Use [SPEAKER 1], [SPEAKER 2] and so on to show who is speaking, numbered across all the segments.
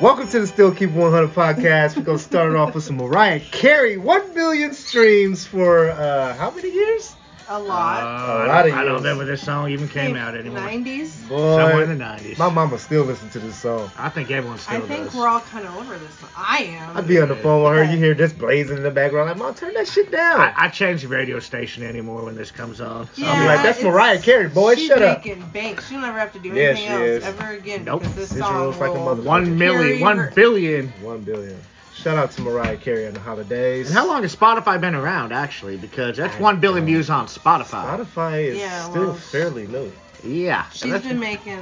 [SPEAKER 1] Welcome to the Still Keep 100 podcast. We're going to start it off with some Mariah Carey. 1 million streams for uh, how many years?
[SPEAKER 2] A lot.
[SPEAKER 1] A lot of
[SPEAKER 3] Uh, I don't
[SPEAKER 1] years.
[SPEAKER 3] remember this song even came out anymore.
[SPEAKER 2] 90s.
[SPEAKER 1] Boy,
[SPEAKER 3] Somewhere in the 90s.
[SPEAKER 1] My mama still listens to this song.
[SPEAKER 3] I think everyone still
[SPEAKER 2] I think
[SPEAKER 3] does.
[SPEAKER 2] we're all kind of over this. one. I am.
[SPEAKER 1] I'd be on the phone with her. You hear this blazing in the background. Like, mom, turn that shit down.
[SPEAKER 3] I, I change the radio station anymore when this comes on. So
[SPEAKER 1] I'll be like, that's
[SPEAKER 2] it's-
[SPEAKER 1] Mariah Carey, boy,
[SPEAKER 2] She's
[SPEAKER 1] shut up.
[SPEAKER 2] making bank. She'll never have to do
[SPEAKER 1] Yeah,
[SPEAKER 2] anything
[SPEAKER 1] she
[SPEAKER 2] else
[SPEAKER 1] is.
[SPEAKER 2] ever again
[SPEAKER 3] Nope.
[SPEAKER 2] because this
[SPEAKER 1] This
[SPEAKER 2] song
[SPEAKER 1] rolls like a
[SPEAKER 2] will-
[SPEAKER 1] mother-
[SPEAKER 3] one
[SPEAKER 2] Carry
[SPEAKER 3] million,
[SPEAKER 2] her-
[SPEAKER 3] one billion.
[SPEAKER 1] One billion. Shout out to Mariah Carey on the holidays.
[SPEAKER 3] And how long has Spotify been around, actually? Because that's
[SPEAKER 1] I
[SPEAKER 3] one billion
[SPEAKER 1] don't-
[SPEAKER 3] views on Spotify.
[SPEAKER 1] Spotify is
[SPEAKER 2] Yeah,
[SPEAKER 1] still
[SPEAKER 2] well-
[SPEAKER 1] fairly new.
[SPEAKER 3] Yeah. so
[SPEAKER 2] She's
[SPEAKER 3] that's-
[SPEAKER 2] been making.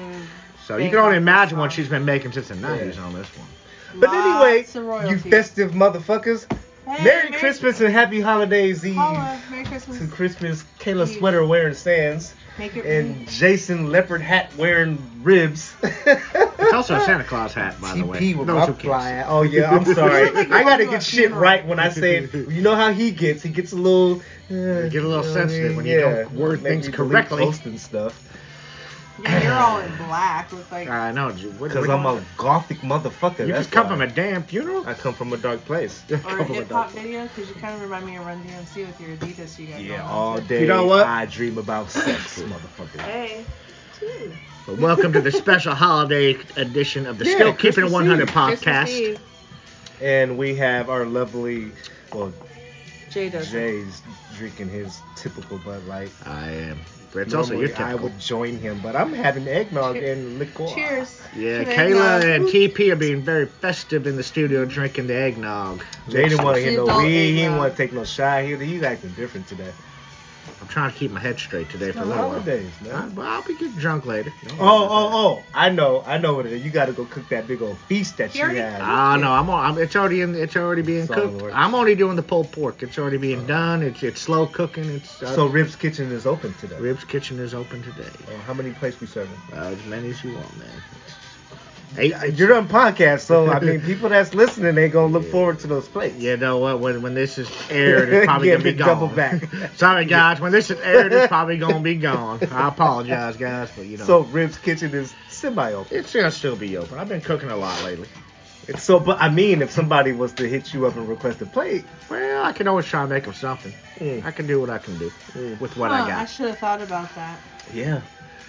[SPEAKER 3] So you can only imagine what
[SPEAKER 2] Spotify.
[SPEAKER 3] she's been making since the 90s on this one.
[SPEAKER 1] But anyway,
[SPEAKER 2] lots of royalties.
[SPEAKER 1] you festive motherfuckers.
[SPEAKER 2] Hey,
[SPEAKER 1] Merry Christmas and happy holidays Eve
[SPEAKER 2] Paula, Merry
[SPEAKER 1] to
[SPEAKER 2] Christmas.
[SPEAKER 1] Christmas Kayla
[SPEAKER 2] Eve.
[SPEAKER 1] sweater wearing sands
[SPEAKER 2] Make it
[SPEAKER 1] and Jason leopard hat wearing ribs.
[SPEAKER 3] It's also a Santa Claus hat, by the way.
[SPEAKER 1] TP with
[SPEAKER 3] Those
[SPEAKER 1] my
[SPEAKER 3] who cares.
[SPEAKER 1] fly ass. Oh yeah, I'm sorry.
[SPEAKER 2] You look like
[SPEAKER 1] I
[SPEAKER 2] you're
[SPEAKER 1] gotta
[SPEAKER 2] going to a
[SPEAKER 1] get shit
[SPEAKER 2] funeral.
[SPEAKER 1] right when I say it. You know how he gets. He gets a little. uh,
[SPEAKER 3] You get a little sensitive when you don't word
[SPEAKER 1] make
[SPEAKER 3] things
[SPEAKER 1] me delete
[SPEAKER 3] correctly.
[SPEAKER 1] posts and stuff.
[SPEAKER 2] Yeah, you're all in black with like.
[SPEAKER 3] I know. dude. What-
[SPEAKER 1] Because
[SPEAKER 3] what-
[SPEAKER 1] I'm a gothic motherfucker.
[SPEAKER 3] You
[SPEAKER 1] that's
[SPEAKER 3] just come
[SPEAKER 1] why.
[SPEAKER 3] from a damn funeral?
[SPEAKER 1] I come from a dark place.
[SPEAKER 2] or a hip hop video because you kind of remind me of Run DMC with your Adidas you got. going
[SPEAKER 1] Yeah,
[SPEAKER 2] on
[SPEAKER 1] all
[SPEAKER 2] today.
[SPEAKER 1] day.
[SPEAKER 3] You know what?
[SPEAKER 1] I dream about sex, motherfucker.
[SPEAKER 2] Hey. Ooh.
[SPEAKER 3] But welcome to the special holiday edition of the
[SPEAKER 1] Yeah,
[SPEAKER 3] Still Keeping It
[SPEAKER 1] Christmas
[SPEAKER 3] 100
[SPEAKER 1] Eve.
[SPEAKER 2] Christmas
[SPEAKER 3] podcast.
[SPEAKER 2] Eve.
[SPEAKER 1] And we have our lovely, well,
[SPEAKER 2] Jay does. it.
[SPEAKER 1] Jay's drinking his typical Bud Light.
[SPEAKER 3] I am. It's also
[SPEAKER 1] Normally,
[SPEAKER 3] your
[SPEAKER 1] I
[SPEAKER 3] typical.
[SPEAKER 1] would join him, but I'm having eggnog
[SPEAKER 2] Cheer-
[SPEAKER 1] and liquor.
[SPEAKER 2] Cheers.
[SPEAKER 3] Yeah,
[SPEAKER 2] to the eggnog.
[SPEAKER 3] Kayla and TP are being very festive in the studio drinking the eggnog.
[SPEAKER 1] Jay didn't want to hit no
[SPEAKER 2] Adult
[SPEAKER 1] weed. He didn't
[SPEAKER 2] eggnog.
[SPEAKER 1] want to take no shot. He, he's acting different today.
[SPEAKER 3] I'm trying to keep my head straight today for
[SPEAKER 1] It's
[SPEAKER 3] a
[SPEAKER 1] the
[SPEAKER 3] little while.
[SPEAKER 1] holidays,
[SPEAKER 3] I,
[SPEAKER 1] man.
[SPEAKER 3] but I'll be getting drunk later.
[SPEAKER 1] Oh, oh, oh! I know, I know what it is. You got to go cook that big old feast that
[SPEAKER 2] He
[SPEAKER 1] you
[SPEAKER 2] already-
[SPEAKER 1] had.
[SPEAKER 3] Ah no, I'm, on, I'm it's already in it's already being
[SPEAKER 1] It's all Uh-huh. in the
[SPEAKER 3] cooked.
[SPEAKER 1] works.
[SPEAKER 3] I'm only doing the pulled pork. It's already being done. It's it's slow cooking. It's uh,
[SPEAKER 1] So Rib's Kitchen is open today.
[SPEAKER 3] Ribs Kitchen is open today.
[SPEAKER 1] Oh, how many plates we serving?
[SPEAKER 3] Uh, as many as you want, man. Eight,
[SPEAKER 1] Uh, You're on podcast, so I mean, people that's listening, they gonna look forward to those plates.
[SPEAKER 3] You know what? When when this is aired, it's probably
[SPEAKER 1] Yeah,
[SPEAKER 3] gonna be
[SPEAKER 1] big double
[SPEAKER 3] gone.
[SPEAKER 1] back.
[SPEAKER 3] Sorry guys, when this is aired, it's probably gonna be gone. I apologize, guys, but you know.
[SPEAKER 1] So Rib's Kitchen is semi-open.
[SPEAKER 3] it's gonna still be open. I've been cooking a lot lately.
[SPEAKER 1] So, but I mean, if somebody was to hit you up and request a plate,
[SPEAKER 3] Well, I can always try and make them something.
[SPEAKER 1] Mm.
[SPEAKER 3] I can do what I can do
[SPEAKER 1] Mm.
[SPEAKER 3] with what
[SPEAKER 2] Huh,
[SPEAKER 3] I got.
[SPEAKER 2] should have thought about that
[SPEAKER 1] yeah.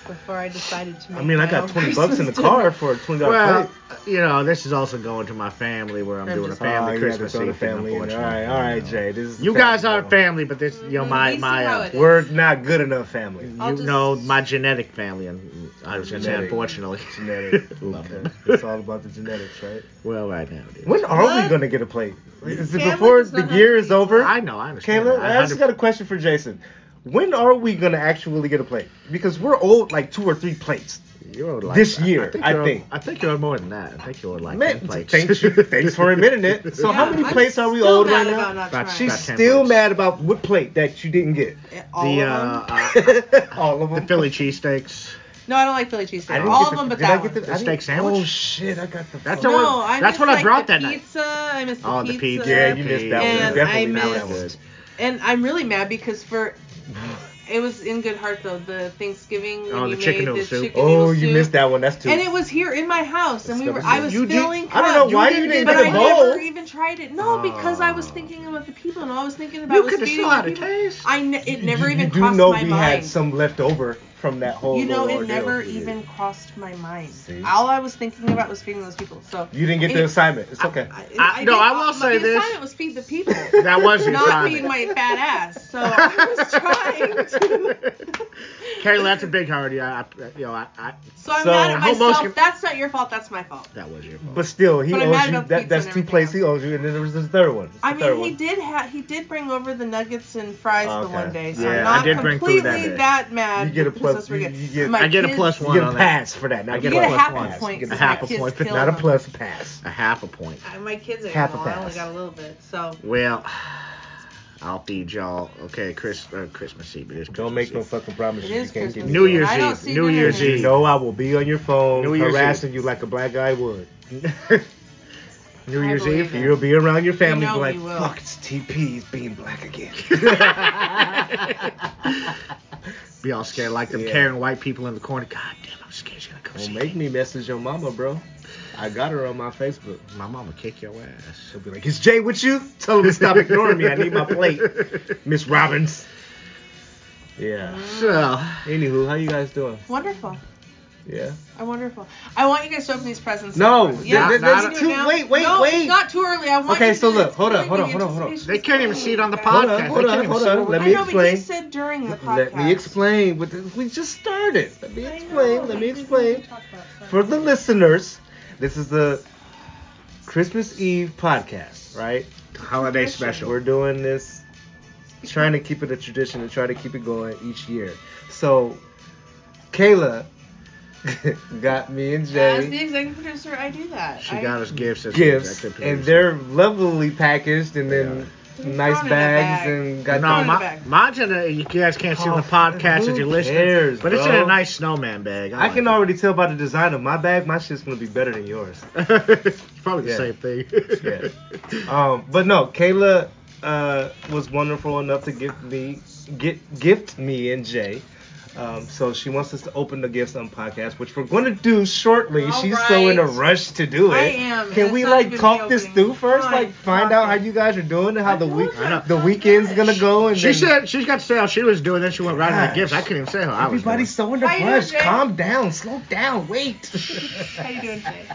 [SPEAKER 2] before I decided to. Make
[SPEAKER 1] I mean, I
[SPEAKER 2] my own
[SPEAKER 1] got 20 bucks in the
[SPEAKER 2] Christmas
[SPEAKER 1] car
[SPEAKER 2] dinner.
[SPEAKER 1] for a 20 dollar
[SPEAKER 3] well,
[SPEAKER 1] plate.
[SPEAKER 3] you know, this is also going to my family where I'm,
[SPEAKER 2] I'm
[SPEAKER 3] doing a
[SPEAKER 2] just-
[SPEAKER 3] family
[SPEAKER 1] oh,
[SPEAKER 3] Christmas
[SPEAKER 1] you had to
[SPEAKER 3] Eve
[SPEAKER 1] throw the
[SPEAKER 3] thing,
[SPEAKER 1] family in. All
[SPEAKER 3] unfortunately.
[SPEAKER 1] right, all right, Jay. This is
[SPEAKER 3] You
[SPEAKER 1] the
[SPEAKER 3] guys are
[SPEAKER 1] show.
[SPEAKER 3] family, but this, you know, my
[SPEAKER 2] Mm, You see
[SPEAKER 3] my
[SPEAKER 2] how
[SPEAKER 3] uh,
[SPEAKER 2] it is.
[SPEAKER 1] We're not good enough family.
[SPEAKER 2] I'll
[SPEAKER 3] You
[SPEAKER 2] just-
[SPEAKER 3] know my genetic family, and I was gonna say
[SPEAKER 1] Genetic.
[SPEAKER 3] unfortunately.
[SPEAKER 1] Genetic.
[SPEAKER 3] Love
[SPEAKER 1] Okay.
[SPEAKER 3] them.
[SPEAKER 1] It's all about the genetics, right?
[SPEAKER 3] Well, right now it is.
[SPEAKER 1] When are we
[SPEAKER 2] What?
[SPEAKER 1] gonna get a plate? Is it
[SPEAKER 2] Family
[SPEAKER 1] before
[SPEAKER 2] does not
[SPEAKER 1] the
[SPEAKER 2] have
[SPEAKER 1] year
[SPEAKER 2] to
[SPEAKER 1] is
[SPEAKER 2] be-
[SPEAKER 1] over?
[SPEAKER 3] I know, I understand.
[SPEAKER 1] Kayla,
[SPEAKER 3] that.
[SPEAKER 1] I just
[SPEAKER 3] hundred-
[SPEAKER 1] got a question for Jason. When are we gonna actually get a plate? Because we're owed like two or three plates.
[SPEAKER 3] you would like
[SPEAKER 1] this
[SPEAKER 3] that.
[SPEAKER 1] year, I
[SPEAKER 3] you're-
[SPEAKER 1] think.
[SPEAKER 3] I think you're more than that. I think you would like
[SPEAKER 1] Man,
[SPEAKER 3] ten plates.
[SPEAKER 1] thanks, thanks for admitting it. So how
[SPEAKER 2] Yeah,
[SPEAKER 1] many
[SPEAKER 2] I'm
[SPEAKER 1] plates are we
[SPEAKER 2] still
[SPEAKER 1] owed
[SPEAKER 2] mad
[SPEAKER 1] right
[SPEAKER 2] about
[SPEAKER 1] now?
[SPEAKER 2] not
[SPEAKER 3] That's-
[SPEAKER 2] trying.
[SPEAKER 1] She's
[SPEAKER 3] Got 10
[SPEAKER 1] still
[SPEAKER 3] plates.
[SPEAKER 1] mad about what plate that you didn't get.
[SPEAKER 2] All
[SPEAKER 3] the
[SPEAKER 2] of
[SPEAKER 3] uh,
[SPEAKER 2] them?
[SPEAKER 3] uh,
[SPEAKER 1] All of them.
[SPEAKER 3] the Philly cheesesteaks.
[SPEAKER 2] No, I don't like Philly cheesesteak.
[SPEAKER 1] I didn't
[SPEAKER 2] All
[SPEAKER 1] get
[SPEAKER 2] of
[SPEAKER 1] the-
[SPEAKER 2] them, but
[SPEAKER 1] did
[SPEAKER 2] that
[SPEAKER 1] I get
[SPEAKER 2] one.
[SPEAKER 1] the, I
[SPEAKER 3] steak
[SPEAKER 1] didn't-
[SPEAKER 3] sandwich?
[SPEAKER 1] Oh shit! I got the.
[SPEAKER 3] That's
[SPEAKER 1] fuck.
[SPEAKER 3] the one-
[SPEAKER 2] No, I
[SPEAKER 3] That's
[SPEAKER 2] missed,
[SPEAKER 3] what I
[SPEAKER 2] like,
[SPEAKER 3] brought
[SPEAKER 2] the
[SPEAKER 3] that night.
[SPEAKER 2] pizza, I missed the
[SPEAKER 3] Oh, the
[SPEAKER 2] pizza.
[SPEAKER 3] pizza.
[SPEAKER 1] Yeah, you missed that one.
[SPEAKER 2] And
[SPEAKER 1] Definitely
[SPEAKER 2] I
[SPEAKER 1] missed that
[SPEAKER 2] missed.
[SPEAKER 1] one.
[SPEAKER 2] And I'm really mad because for it was in good heart though the Thanksgiving when
[SPEAKER 3] Oh,
[SPEAKER 2] you
[SPEAKER 3] the chicken
[SPEAKER 2] made
[SPEAKER 3] noodle
[SPEAKER 2] the
[SPEAKER 3] soup.
[SPEAKER 2] chicken
[SPEAKER 1] Oh,
[SPEAKER 2] noodle
[SPEAKER 1] you
[SPEAKER 2] soup.
[SPEAKER 1] missed that one. That's two.
[SPEAKER 2] And it was here in my house, and we were. I was
[SPEAKER 1] You did-
[SPEAKER 2] filling.
[SPEAKER 1] I don't know
[SPEAKER 2] cups.
[SPEAKER 1] why
[SPEAKER 2] but
[SPEAKER 1] you didn't
[SPEAKER 2] but
[SPEAKER 1] get a
[SPEAKER 2] I
[SPEAKER 1] bowl.
[SPEAKER 2] never even tried it. No, because I was thinking about the people, and all I was thinking about
[SPEAKER 3] You
[SPEAKER 2] was
[SPEAKER 3] could have
[SPEAKER 2] feeding
[SPEAKER 3] still
[SPEAKER 2] the
[SPEAKER 3] had a
[SPEAKER 2] people.
[SPEAKER 3] taste.
[SPEAKER 2] I ne- it never
[SPEAKER 1] you,
[SPEAKER 2] even
[SPEAKER 1] you do
[SPEAKER 2] crossed
[SPEAKER 1] know
[SPEAKER 2] my
[SPEAKER 1] we
[SPEAKER 2] mind.
[SPEAKER 1] had some left over from that whole.
[SPEAKER 2] you know,
[SPEAKER 1] little
[SPEAKER 2] it
[SPEAKER 1] ordeal.
[SPEAKER 2] never
[SPEAKER 1] Yeah.
[SPEAKER 2] even crossed my mind.
[SPEAKER 1] See?
[SPEAKER 2] All I was thinking about was feeding those people. So
[SPEAKER 1] You didn't get
[SPEAKER 2] it-
[SPEAKER 1] the assignment. It's okay.
[SPEAKER 2] I,
[SPEAKER 3] I- no,
[SPEAKER 2] did-
[SPEAKER 3] I will say
[SPEAKER 2] the
[SPEAKER 3] this.
[SPEAKER 2] assignment was feed the people,
[SPEAKER 3] That was your
[SPEAKER 2] not feed
[SPEAKER 3] time.
[SPEAKER 2] my fat ass. So I was trying to.
[SPEAKER 3] Kayla, that's a big heart. Yeah, I, you know, I, I,
[SPEAKER 2] So I'm
[SPEAKER 1] So,
[SPEAKER 2] mad at
[SPEAKER 3] almost
[SPEAKER 2] myself.
[SPEAKER 3] com-
[SPEAKER 2] that's not your fault. That's my fault.
[SPEAKER 3] that was your fault.
[SPEAKER 1] but still, he
[SPEAKER 2] But I'm
[SPEAKER 1] owes
[SPEAKER 2] mad
[SPEAKER 1] you.
[SPEAKER 2] about
[SPEAKER 1] That,
[SPEAKER 2] pizza
[SPEAKER 1] that's
[SPEAKER 2] and
[SPEAKER 1] two
[SPEAKER 2] everything
[SPEAKER 1] plates he
[SPEAKER 2] else.
[SPEAKER 1] owes you, and then there was this third one. It's the
[SPEAKER 2] I mean,
[SPEAKER 1] third
[SPEAKER 2] he
[SPEAKER 1] one.
[SPEAKER 2] did ha- he did bring over the nuggets and fries the
[SPEAKER 1] Okay.
[SPEAKER 2] one day, so
[SPEAKER 1] Yeah, I
[SPEAKER 2] I'm not
[SPEAKER 3] did bring
[SPEAKER 2] completely
[SPEAKER 3] food that day.
[SPEAKER 2] that mad.
[SPEAKER 1] You get a
[SPEAKER 2] because
[SPEAKER 1] plus-
[SPEAKER 2] those were
[SPEAKER 1] you-
[SPEAKER 2] good.
[SPEAKER 1] you get-
[SPEAKER 2] My
[SPEAKER 3] I get a
[SPEAKER 2] kids-
[SPEAKER 3] plus
[SPEAKER 1] You
[SPEAKER 3] one
[SPEAKER 1] get
[SPEAKER 3] on
[SPEAKER 1] a
[SPEAKER 3] that.
[SPEAKER 1] pass for that. Now
[SPEAKER 3] You
[SPEAKER 2] You
[SPEAKER 1] get
[SPEAKER 2] get a
[SPEAKER 3] plus
[SPEAKER 2] half
[SPEAKER 3] one.
[SPEAKER 2] a point.
[SPEAKER 1] You get
[SPEAKER 3] a
[SPEAKER 2] because
[SPEAKER 3] half
[SPEAKER 2] my
[SPEAKER 3] a
[SPEAKER 2] kids
[SPEAKER 3] point,
[SPEAKER 1] But
[SPEAKER 2] killed
[SPEAKER 1] not a
[SPEAKER 2] them.
[SPEAKER 1] plus pass.
[SPEAKER 3] A half a point.
[SPEAKER 2] I- uh, My kids are
[SPEAKER 1] Half a
[SPEAKER 2] small. I only
[SPEAKER 1] pass.
[SPEAKER 2] got a little bit, so
[SPEAKER 3] Well, I'll feed y'all. Okay, Chris, uh, Christmas Eve. It is
[SPEAKER 1] Don't
[SPEAKER 3] Christmas
[SPEAKER 1] make no
[SPEAKER 3] Eve.
[SPEAKER 1] fucking promises
[SPEAKER 2] it
[SPEAKER 1] you
[SPEAKER 2] is
[SPEAKER 1] can't
[SPEAKER 2] Christmas.
[SPEAKER 1] get.
[SPEAKER 3] New Year's
[SPEAKER 2] I don't
[SPEAKER 3] Eve,
[SPEAKER 2] see
[SPEAKER 3] New
[SPEAKER 2] dinner
[SPEAKER 3] Year's
[SPEAKER 2] here.
[SPEAKER 1] You know I will be on your phone
[SPEAKER 3] New Year's
[SPEAKER 1] harassing
[SPEAKER 3] Eve.
[SPEAKER 1] you like a black guy would.
[SPEAKER 3] New
[SPEAKER 2] I
[SPEAKER 3] Year's
[SPEAKER 2] believe
[SPEAKER 3] Eve.
[SPEAKER 2] it.
[SPEAKER 1] You'll be around your family
[SPEAKER 2] You know
[SPEAKER 1] and
[SPEAKER 2] he
[SPEAKER 1] be
[SPEAKER 2] will.
[SPEAKER 1] like, fuck, it's TP's being black again.
[SPEAKER 3] Be all scared like them
[SPEAKER 1] Yeah.
[SPEAKER 3] Karen white people in the corner. God damn, I'm scared she's gonna come
[SPEAKER 1] Don't
[SPEAKER 3] see
[SPEAKER 1] make me message your mama, bro. I got her on my Facebook.
[SPEAKER 3] My mama kick your ass.
[SPEAKER 1] She'll be like, "Is Jay with you? Tell him to stop ignoring me. I need my plate, Miss Robbins." Yeah.
[SPEAKER 3] So,
[SPEAKER 1] Anywho, how you guys doing?
[SPEAKER 2] Wonderful.
[SPEAKER 1] Yeah.
[SPEAKER 2] I wonderful. I want you guys to open these presents.
[SPEAKER 1] No,
[SPEAKER 2] Yeah.
[SPEAKER 3] there- there's
[SPEAKER 2] you can do
[SPEAKER 1] too-
[SPEAKER 2] it now.
[SPEAKER 1] wait, wait,
[SPEAKER 2] no,
[SPEAKER 1] wait.
[SPEAKER 2] It's not too early. I want.
[SPEAKER 1] Okay,
[SPEAKER 2] you to
[SPEAKER 1] so
[SPEAKER 2] do
[SPEAKER 1] look,
[SPEAKER 2] this
[SPEAKER 1] hold on,
[SPEAKER 2] during
[SPEAKER 1] hold
[SPEAKER 2] the
[SPEAKER 1] on, hold on, hold on.
[SPEAKER 2] anticipation.
[SPEAKER 3] they can't even see it on the
[SPEAKER 1] Hold on,
[SPEAKER 3] podcast.
[SPEAKER 1] hold
[SPEAKER 3] They
[SPEAKER 1] on,
[SPEAKER 3] can't even
[SPEAKER 1] hold
[SPEAKER 3] see
[SPEAKER 1] on.
[SPEAKER 3] what
[SPEAKER 1] Let
[SPEAKER 3] we're
[SPEAKER 2] I
[SPEAKER 1] me
[SPEAKER 2] know, but
[SPEAKER 1] explain.
[SPEAKER 2] you said during the podcast.
[SPEAKER 1] Let me explain. But th- we just started. Let me
[SPEAKER 2] I know,
[SPEAKER 1] explain. Let me
[SPEAKER 2] I just
[SPEAKER 1] explain.
[SPEAKER 2] wanted to talk about something.
[SPEAKER 1] For the listeners, this is the Christmas Eve podcast, right?
[SPEAKER 3] Holiday special.
[SPEAKER 1] We're doing this, trying to keep it a tradition and try to keep it going each year. So, Kayla got me and
[SPEAKER 2] As the
[SPEAKER 1] Jay
[SPEAKER 2] executive producer, I do that.
[SPEAKER 3] She
[SPEAKER 2] I-
[SPEAKER 3] got us gifts. as
[SPEAKER 1] gifts,
[SPEAKER 3] executive
[SPEAKER 1] and
[SPEAKER 3] producer.
[SPEAKER 1] they're lovely packaged and then
[SPEAKER 2] Yeah.
[SPEAKER 1] nice
[SPEAKER 2] Thrown in a
[SPEAKER 1] bags
[SPEAKER 2] bag.
[SPEAKER 1] and got
[SPEAKER 3] no,
[SPEAKER 2] in the
[SPEAKER 3] my,
[SPEAKER 2] bag.
[SPEAKER 3] mine's in a, you guys can't see in
[SPEAKER 1] Oh,
[SPEAKER 3] the podcast if
[SPEAKER 1] who
[SPEAKER 3] you're listening,
[SPEAKER 1] cares,
[SPEAKER 3] but it's in
[SPEAKER 1] bro?
[SPEAKER 3] a nice snowman bag.
[SPEAKER 1] I can
[SPEAKER 3] like
[SPEAKER 1] already tell by the design of my bag, my shit's gonna be better than yours.
[SPEAKER 3] it. It's probably the
[SPEAKER 1] Yeah.
[SPEAKER 3] same thing.
[SPEAKER 1] Yeah. Um, but no, Kayla uh, was wonderful enough to give me get gift me and Jay. Um, so she wants us to open the gifts on podcast, which we're going to do shortly.
[SPEAKER 2] All
[SPEAKER 1] She's so in a
[SPEAKER 2] right.
[SPEAKER 1] rush to do it.
[SPEAKER 2] I am, and
[SPEAKER 1] Can
[SPEAKER 2] it's
[SPEAKER 1] we
[SPEAKER 2] not
[SPEAKER 1] like
[SPEAKER 2] even
[SPEAKER 1] talk this
[SPEAKER 2] reopening.
[SPEAKER 1] through first?
[SPEAKER 2] Fine,
[SPEAKER 1] like find
[SPEAKER 2] fuck
[SPEAKER 1] out how
[SPEAKER 2] it.
[SPEAKER 1] you guys are doing and how
[SPEAKER 2] I
[SPEAKER 1] the
[SPEAKER 2] know
[SPEAKER 1] week
[SPEAKER 2] that.
[SPEAKER 1] the weekend's gonna go. And
[SPEAKER 3] She
[SPEAKER 1] then-
[SPEAKER 3] said she got to say how she was doing, then she went right on the
[SPEAKER 1] Gosh.
[SPEAKER 3] gifts. I couldn't even say how I was. doing.
[SPEAKER 1] everybody's so in a
[SPEAKER 2] How you doing,
[SPEAKER 1] rush.
[SPEAKER 2] Jay?
[SPEAKER 1] Calm down, slow down, wait.
[SPEAKER 2] How you doing today?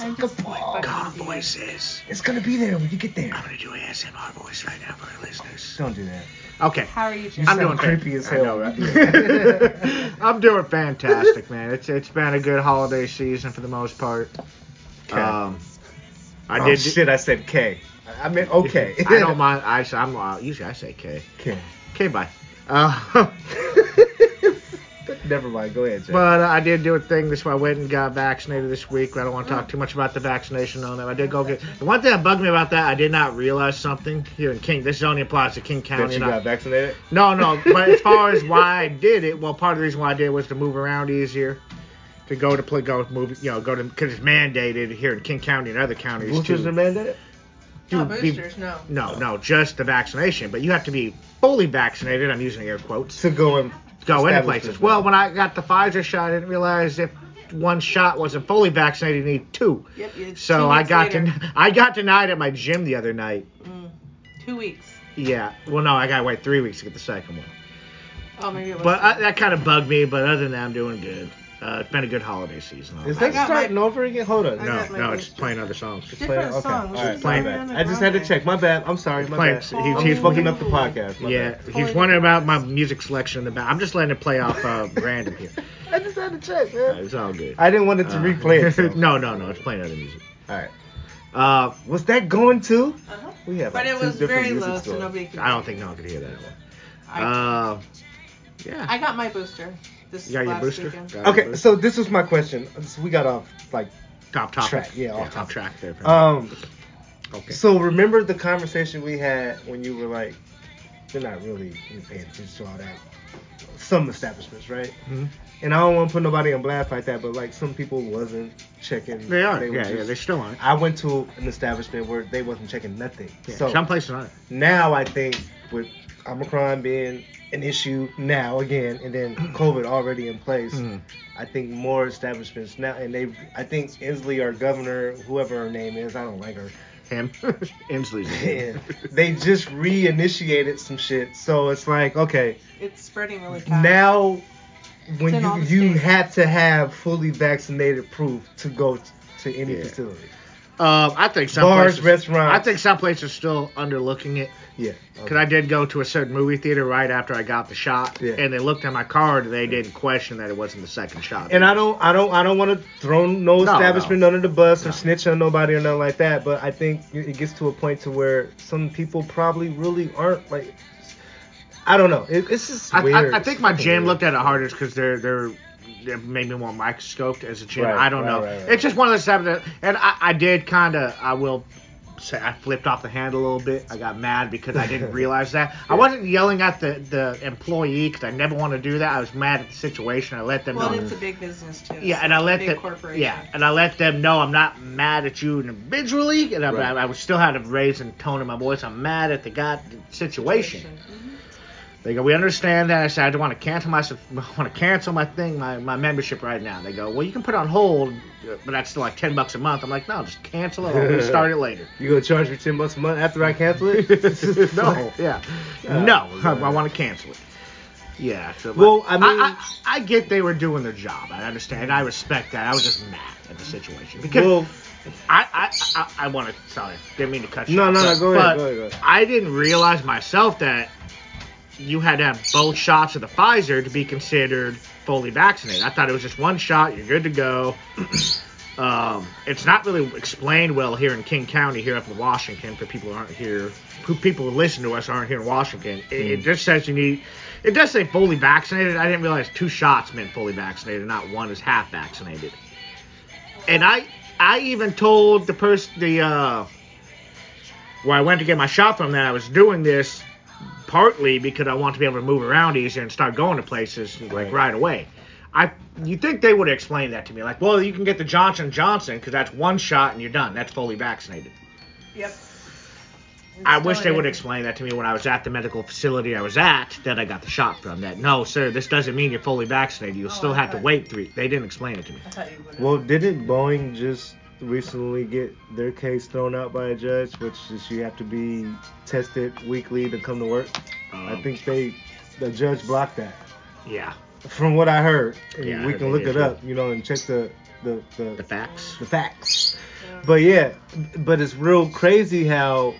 [SPEAKER 1] Take a pause.
[SPEAKER 3] God voices.
[SPEAKER 1] It's gonna be there when you get there.
[SPEAKER 3] I'm gonna do ASMR voice right now for our listeners.
[SPEAKER 1] Don't do that.
[SPEAKER 3] Okay.
[SPEAKER 2] How are you
[SPEAKER 1] You
[SPEAKER 2] doing?
[SPEAKER 3] I'm
[SPEAKER 1] sound
[SPEAKER 3] doing
[SPEAKER 1] creepy as hell.
[SPEAKER 3] I know, right? I'm doing fantastic, man. It's it's been a good holiday season for the most part.
[SPEAKER 1] Okay.
[SPEAKER 3] Um, I
[SPEAKER 1] I
[SPEAKER 3] did
[SPEAKER 1] did Oh, shit. I said K. I I meant okay.
[SPEAKER 3] I don't mind. I I'm uh, usually I say K.
[SPEAKER 1] K.
[SPEAKER 3] K bye. Uh,
[SPEAKER 1] Never mind. Go ahead, Jay.
[SPEAKER 3] but uh, I did do a thing. This way I went and got vaccinated this week. I don't want to talk too much about the vaccination on that. I did go get. The one thing that bugged me about that, I did not realize something here in King. This only applies to King County.
[SPEAKER 1] that you
[SPEAKER 3] not-
[SPEAKER 1] got vaccinated?
[SPEAKER 3] No, no. But as far as why I did it, well, part of the reason why I did it was to move around easier, to go to play, go move, you know, go to because it's mandated here in King County and other counties
[SPEAKER 1] Boosters
[SPEAKER 3] to,
[SPEAKER 1] are mandated.
[SPEAKER 3] to
[SPEAKER 2] Not
[SPEAKER 3] be-
[SPEAKER 2] boosters, no.
[SPEAKER 3] no, no, just the vaccination. But you have to be fully vaccinated. I'm using air quotes.
[SPEAKER 1] To go and
[SPEAKER 3] Go into
[SPEAKER 1] establish
[SPEAKER 3] places.
[SPEAKER 1] this
[SPEAKER 3] Well,
[SPEAKER 1] now.
[SPEAKER 3] when I got the Pfizer shot, I didn't realize if one shot wasn't fully vaccinated, you need two.
[SPEAKER 2] Yep. it's two
[SPEAKER 3] So I
[SPEAKER 2] weeks
[SPEAKER 3] got
[SPEAKER 2] later.
[SPEAKER 3] den- I got denied at my gym the other night.
[SPEAKER 2] Mm, two weeks.
[SPEAKER 3] Yeah. Well, no, I got to wait three weeks to get the second one.
[SPEAKER 2] Oh, maybe it was.
[SPEAKER 3] But
[SPEAKER 2] two.
[SPEAKER 3] I, that kind of bugged me. But other than that, I'm doing good. Uh, it's been a good holiday season.
[SPEAKER 1] Is
[SPEAKER 2] I
[SPEAKER 1] that
[SPEAKER 2] got my-
[SPEAKER 1] starting over again? Hold on.
[SPEAKER 2] I
[SPEAKER 3] no,
[SPEAKER 2] got my
[SPEAKER 3] no, it's
[SPEAKER 2] list.
[SPEAKER 3] playing other songs.
[SPEAKER 1] Just play it?
[SPEAKER 2] Different
[SPEAKER 1] okay.
[SPEAKER 2] song.
[SPEAKER 1] All
[SPEAKER 2] This
[SPEAKER 1] right,
[SPEAKER 2] is
[SPEAKER 1] my
[SPEAKER 3] different
[SPEAKER 1] bad.
[SPEAKER 2] than
[SPEAKER 1] I just had to
[SPEAKER 2] Broadway.
[SPEAKER 1] check. My bad. I'm sorry. My
[SPEAKER 3] Play
[SPEAKER 1] bad.
[SPEAKER 3] it. He-
[SPEAKER 1] I'm
[SPEAKER 3] he-
[SPEAKER 1] just fucking up the podcast. My
[SPEAKER 3] yeah,
[SPEAKER 1] bad.
[SPEAKER 3] he's wondering about my music selection in the back. I'm just letting it play off uh, random here.
[SPEAKER 1] I just had to check,
[SPEAKER 3] Uh,
[SPEAKER 1] man.
[SPEAKER 3] it's all good.
[SPEAKER 1] I didn't want it to
[SPEAKER 3] Uh,
[SPEAKER 1] replay itself.
[SPEAKER 3] no, no, no, it's playing other music.
[SPEAKER 1] All right.
[SPEAKER 3] Uh,
[SPEAKER 1] Was that going to?
[SPEAKER 2] Uh-huh.
[SPEAKER 1] We have.
[SPEAKER 2] But
[SPEAKER 1] like
[SPEAKER 2] it
[SPEAKER 1] two
[SPEAKER 2] was
[SPEAKER 1] different
[SPEAKER 2] very
[SPEAKER 1] music
[SPEAKER 2] low, so
[SPEAKER 1] stores.
[SPEAKER 2] nobody could.
[SPEAKER 3] I don't think no one could hear that one.
[SPEAKER 2] I,
[SPEAKER 3] Uh, yeah.
[SPEAKER 2] I got my booster. This
[SPEAKER 3] you got your
[SPEAKER 2] last
[SPEAKER 3] booster?
[SPEAKER 2] Weekend.
[SPEAKER 3] Got your
[SPEAKER 1] Okay,
[SPEAKER 3] booster?
[SPEAKER 1] so this was my question. So we got off like
[SPEAKER 3] top topic.
[SPEAKER 1] track, yeah, off
[SPEAKER 3] top
[SPEAKER 1] topic.
[SPEAKER 3] track there.
[SPEAKER 1] um
[SPEAKER 3] okay.
[SPEAKER 1] So remember the conversation we had when you were like, they're not really paying attention to all that. Some establishments, right?
[SPEAKER 3] Mhm.
[SPEAKER 1] And I don't want to put nobody on blast like that, but like some people wasn't checking.
[SPEAKER 3] They are.
[SPEAKER 1] were
[SPEAKER 3] yeah, yeah,
[SPEAKER 1] just-
[SPEAKER 3] they're still on it.
[SPEAKER 1] I went to an establishment where they wasn't checking nothing.
[SPEAKER 3] Yeah,
[SPEAKER 1] so
[SPEAKER 3] some places on it.
[SPEAKER 1] now I think with Omicron being an issue now again, and then COVID already in place,
[SPEAKER 3] Mhm.
[SPEAKER 1] I think more establishments now, and they, I think Inslee, our governor, whoever her name is, I don't like her.
[SPEAKER 3] Him, Inslee's.
[SPEAKER 1] Yeah. they just reinitiated some shit. So it's like, okay,
[SPEAKER 2] It's spreading really fast.
[SPEAKER 1] now when
[SPEAKER 2] It's in all
[SPEAKER 1] you
[SPEAKER 2] the
[SPEAKER 1] you
[SPEAKER 2] states.
[SPEAKER 1] have to have fully vaccinated proof to go t- to any
[SPEAKER 3] Yeah.
[SPEAKER 1] facility.
[SPEAKER 3] Um, I think some
[SPEAKER 1] Bars,
[SPEAKER 3] places,
[SPEAKER 1] restaurants.
[SPEAKER 3] I think some places are still underlooking it
[SPEAKER 1] Yeah.
[SPEAKER 3] because I did go to a certain movie theater right after I got the shot,
[SPEAKER 1] Yeah.
[SPEAKER 3] and they looked at my card and they didn't question that it wasn't the second shot.
[SPEAKER 1] and I don't, I don't, I don't want to throw no,
[SPEAKER 3] No,
[SPEAKER 1] establishment
[SPEAKER 3] no.
[SPEAKER 1] under the bus or
[SPEAKER 3] No.
[SPEAKER 1] snitch on nobody or nothing like that. But I think it it gets to a point to where some people probably really aren't like, I don't know. It, it's just
[SPEAKER 3] I,
[SPEAKER 1] weird.
[SPEAKER 3] I, I think my
[SPEAKER 1] It's
[SPEAKER 3] gym
[SPEAKER 1] weird.
[SPEAKER 3] looked at it harder because they're they're they made me more microscoped as a gym.
[SPEAKER 1] Right,
[SPEAKER 3] I don't
[SPEAKER 1] right,
[SPEAKER 3] know.
[SPEAKER 1] right, right.
[SPEAKER 3] It's just one of those type of and I, I did kind of I will say I flipped off the handle a little bit. I got mad because I didn't realize that. I wasn't yelling at the the employee because I never want to do that. I was mad at the situation. I let them
[SPEAKER 2] Well,
[SPEAKER 3] know.
[SPEAKER 2] it's a big business too.
[SPEAKER 3] Yeah,
[SPEAKER 2] so
[SPEAKER 3] and I
[SPEAKER 2] it's a
[SPEAKER 3] let
[SPEAKER 2] big
[SPEAKER 3] them.
[SPEAKER 2] corporation.
[SPEAKER 3] Yeah, and I let them know I'm not mad at you individually, and I,
[SPEAKER 1] Right.
[SPEAKER 3] I, I was still had a raise in tone in my voice. I'm mad at the god situation.
[SPEAKER 2] Mhm.
[SPEAKER 3] They go, we understand that. I said, I don't want to cancel my, sub- I want to cancel my thing, my, my membership right now. They go, well, you can put it on hold, but that's still like ten bucks a month. I'm like, no, just cancel it. I'll restart it later.
[SPEAKER 1] You gonna charge me ten bucks a month after I cancel it?
[SPEAKER 3] no, yeah,
[SPEAKER 1] Yeah.
[SPEAKER 3] no, I, want to cancel it. Yeah. So
[SPEAKER 1] Well, I mean-
[SPEAKER 3] I, I get they were doing their job. I understand. I respect that. I was just mad at the situation because
[SPEAKER 1] Well,
[SPEAKER 3] I I, I, I want to. Sorry, didn't mean to cut you.
[SPEAKER 1] No,
[SPEAKER 3] off,
[SPEAKER 1] no, no,
[SPEAKER 3] but-
[SPEAKER 1] go ahead,
[SPEAKER 3] but
[SPEAKER 1] go ahead, go ahead.
[SPEAKER 3] I didn't realize myself that you had to have both shots of the Pfizer to be considered fully vaccinated. I thought it was just one shot. You're good to go. Um, it's not really explained well here in King County, here up in Washington, for people who aren't here, who people who listen to us aren't here in Washington. It,
[SPEAKER 1] Hmm.
[SPEAKER 3] it just says you need, it does say fully vaccinated. I didn't realize two shots meant fully vaccinated, not one is half vaccinated. And I, I even told the person, the, uh, where I went to get my shot from that I was doing this partly because I want to be able to move around easier and start going to places like
[SPEAKER 1] Right.
[SPEAKER 3] right, away. I you think they would explain that to me like, well, you can get the Johnson Johnson because that's one shot and you're done. That's fully vaccinated.
[SPEAKER 2] Yep.
[SPEAKER 3] I wish they would explain that to me when I was at the medical facility I was at that I got the shot from. That no, sir, this doesn't mean you're fully vaccinated. You'll
[SPEAKER 2] Oh,
[SPEAKER 3] still have to
[SPEAKER 2] okay.
[SPEAKER 3] wait three. They didn't explain it to me.
[SPEAKER 2] I thought you would.
[SPEAKER 1] well, didn't Boeing just recently get their case thrown out by a judge, which is you have to be tested weekly to come to work? I
[SPEAKER 3] Um,
[SPEAKER 1] think they, the judge blocked that.
[SPEAKER 3] yeah,
[SPEAKER 1] From what I heard, and
[SPEAKER 3] Yeah, I
[SPEAKER 1] we
[SPEAKER 3] heard
[SPEAKER 1] can
[SPEAKER 3] they
[SPEAKER 1] look
[SPEAKER 3] did
[SPEAKER 1] it
[SPEAKER 3] too.
[SPEAKER 1] up, you know, and check the the
[SPEAKER 3] the
[SPEAKER 1] the,
[SPEAKER 3] facts.
[SPEAKER 1] the facts. But yeah, but it's real crazy how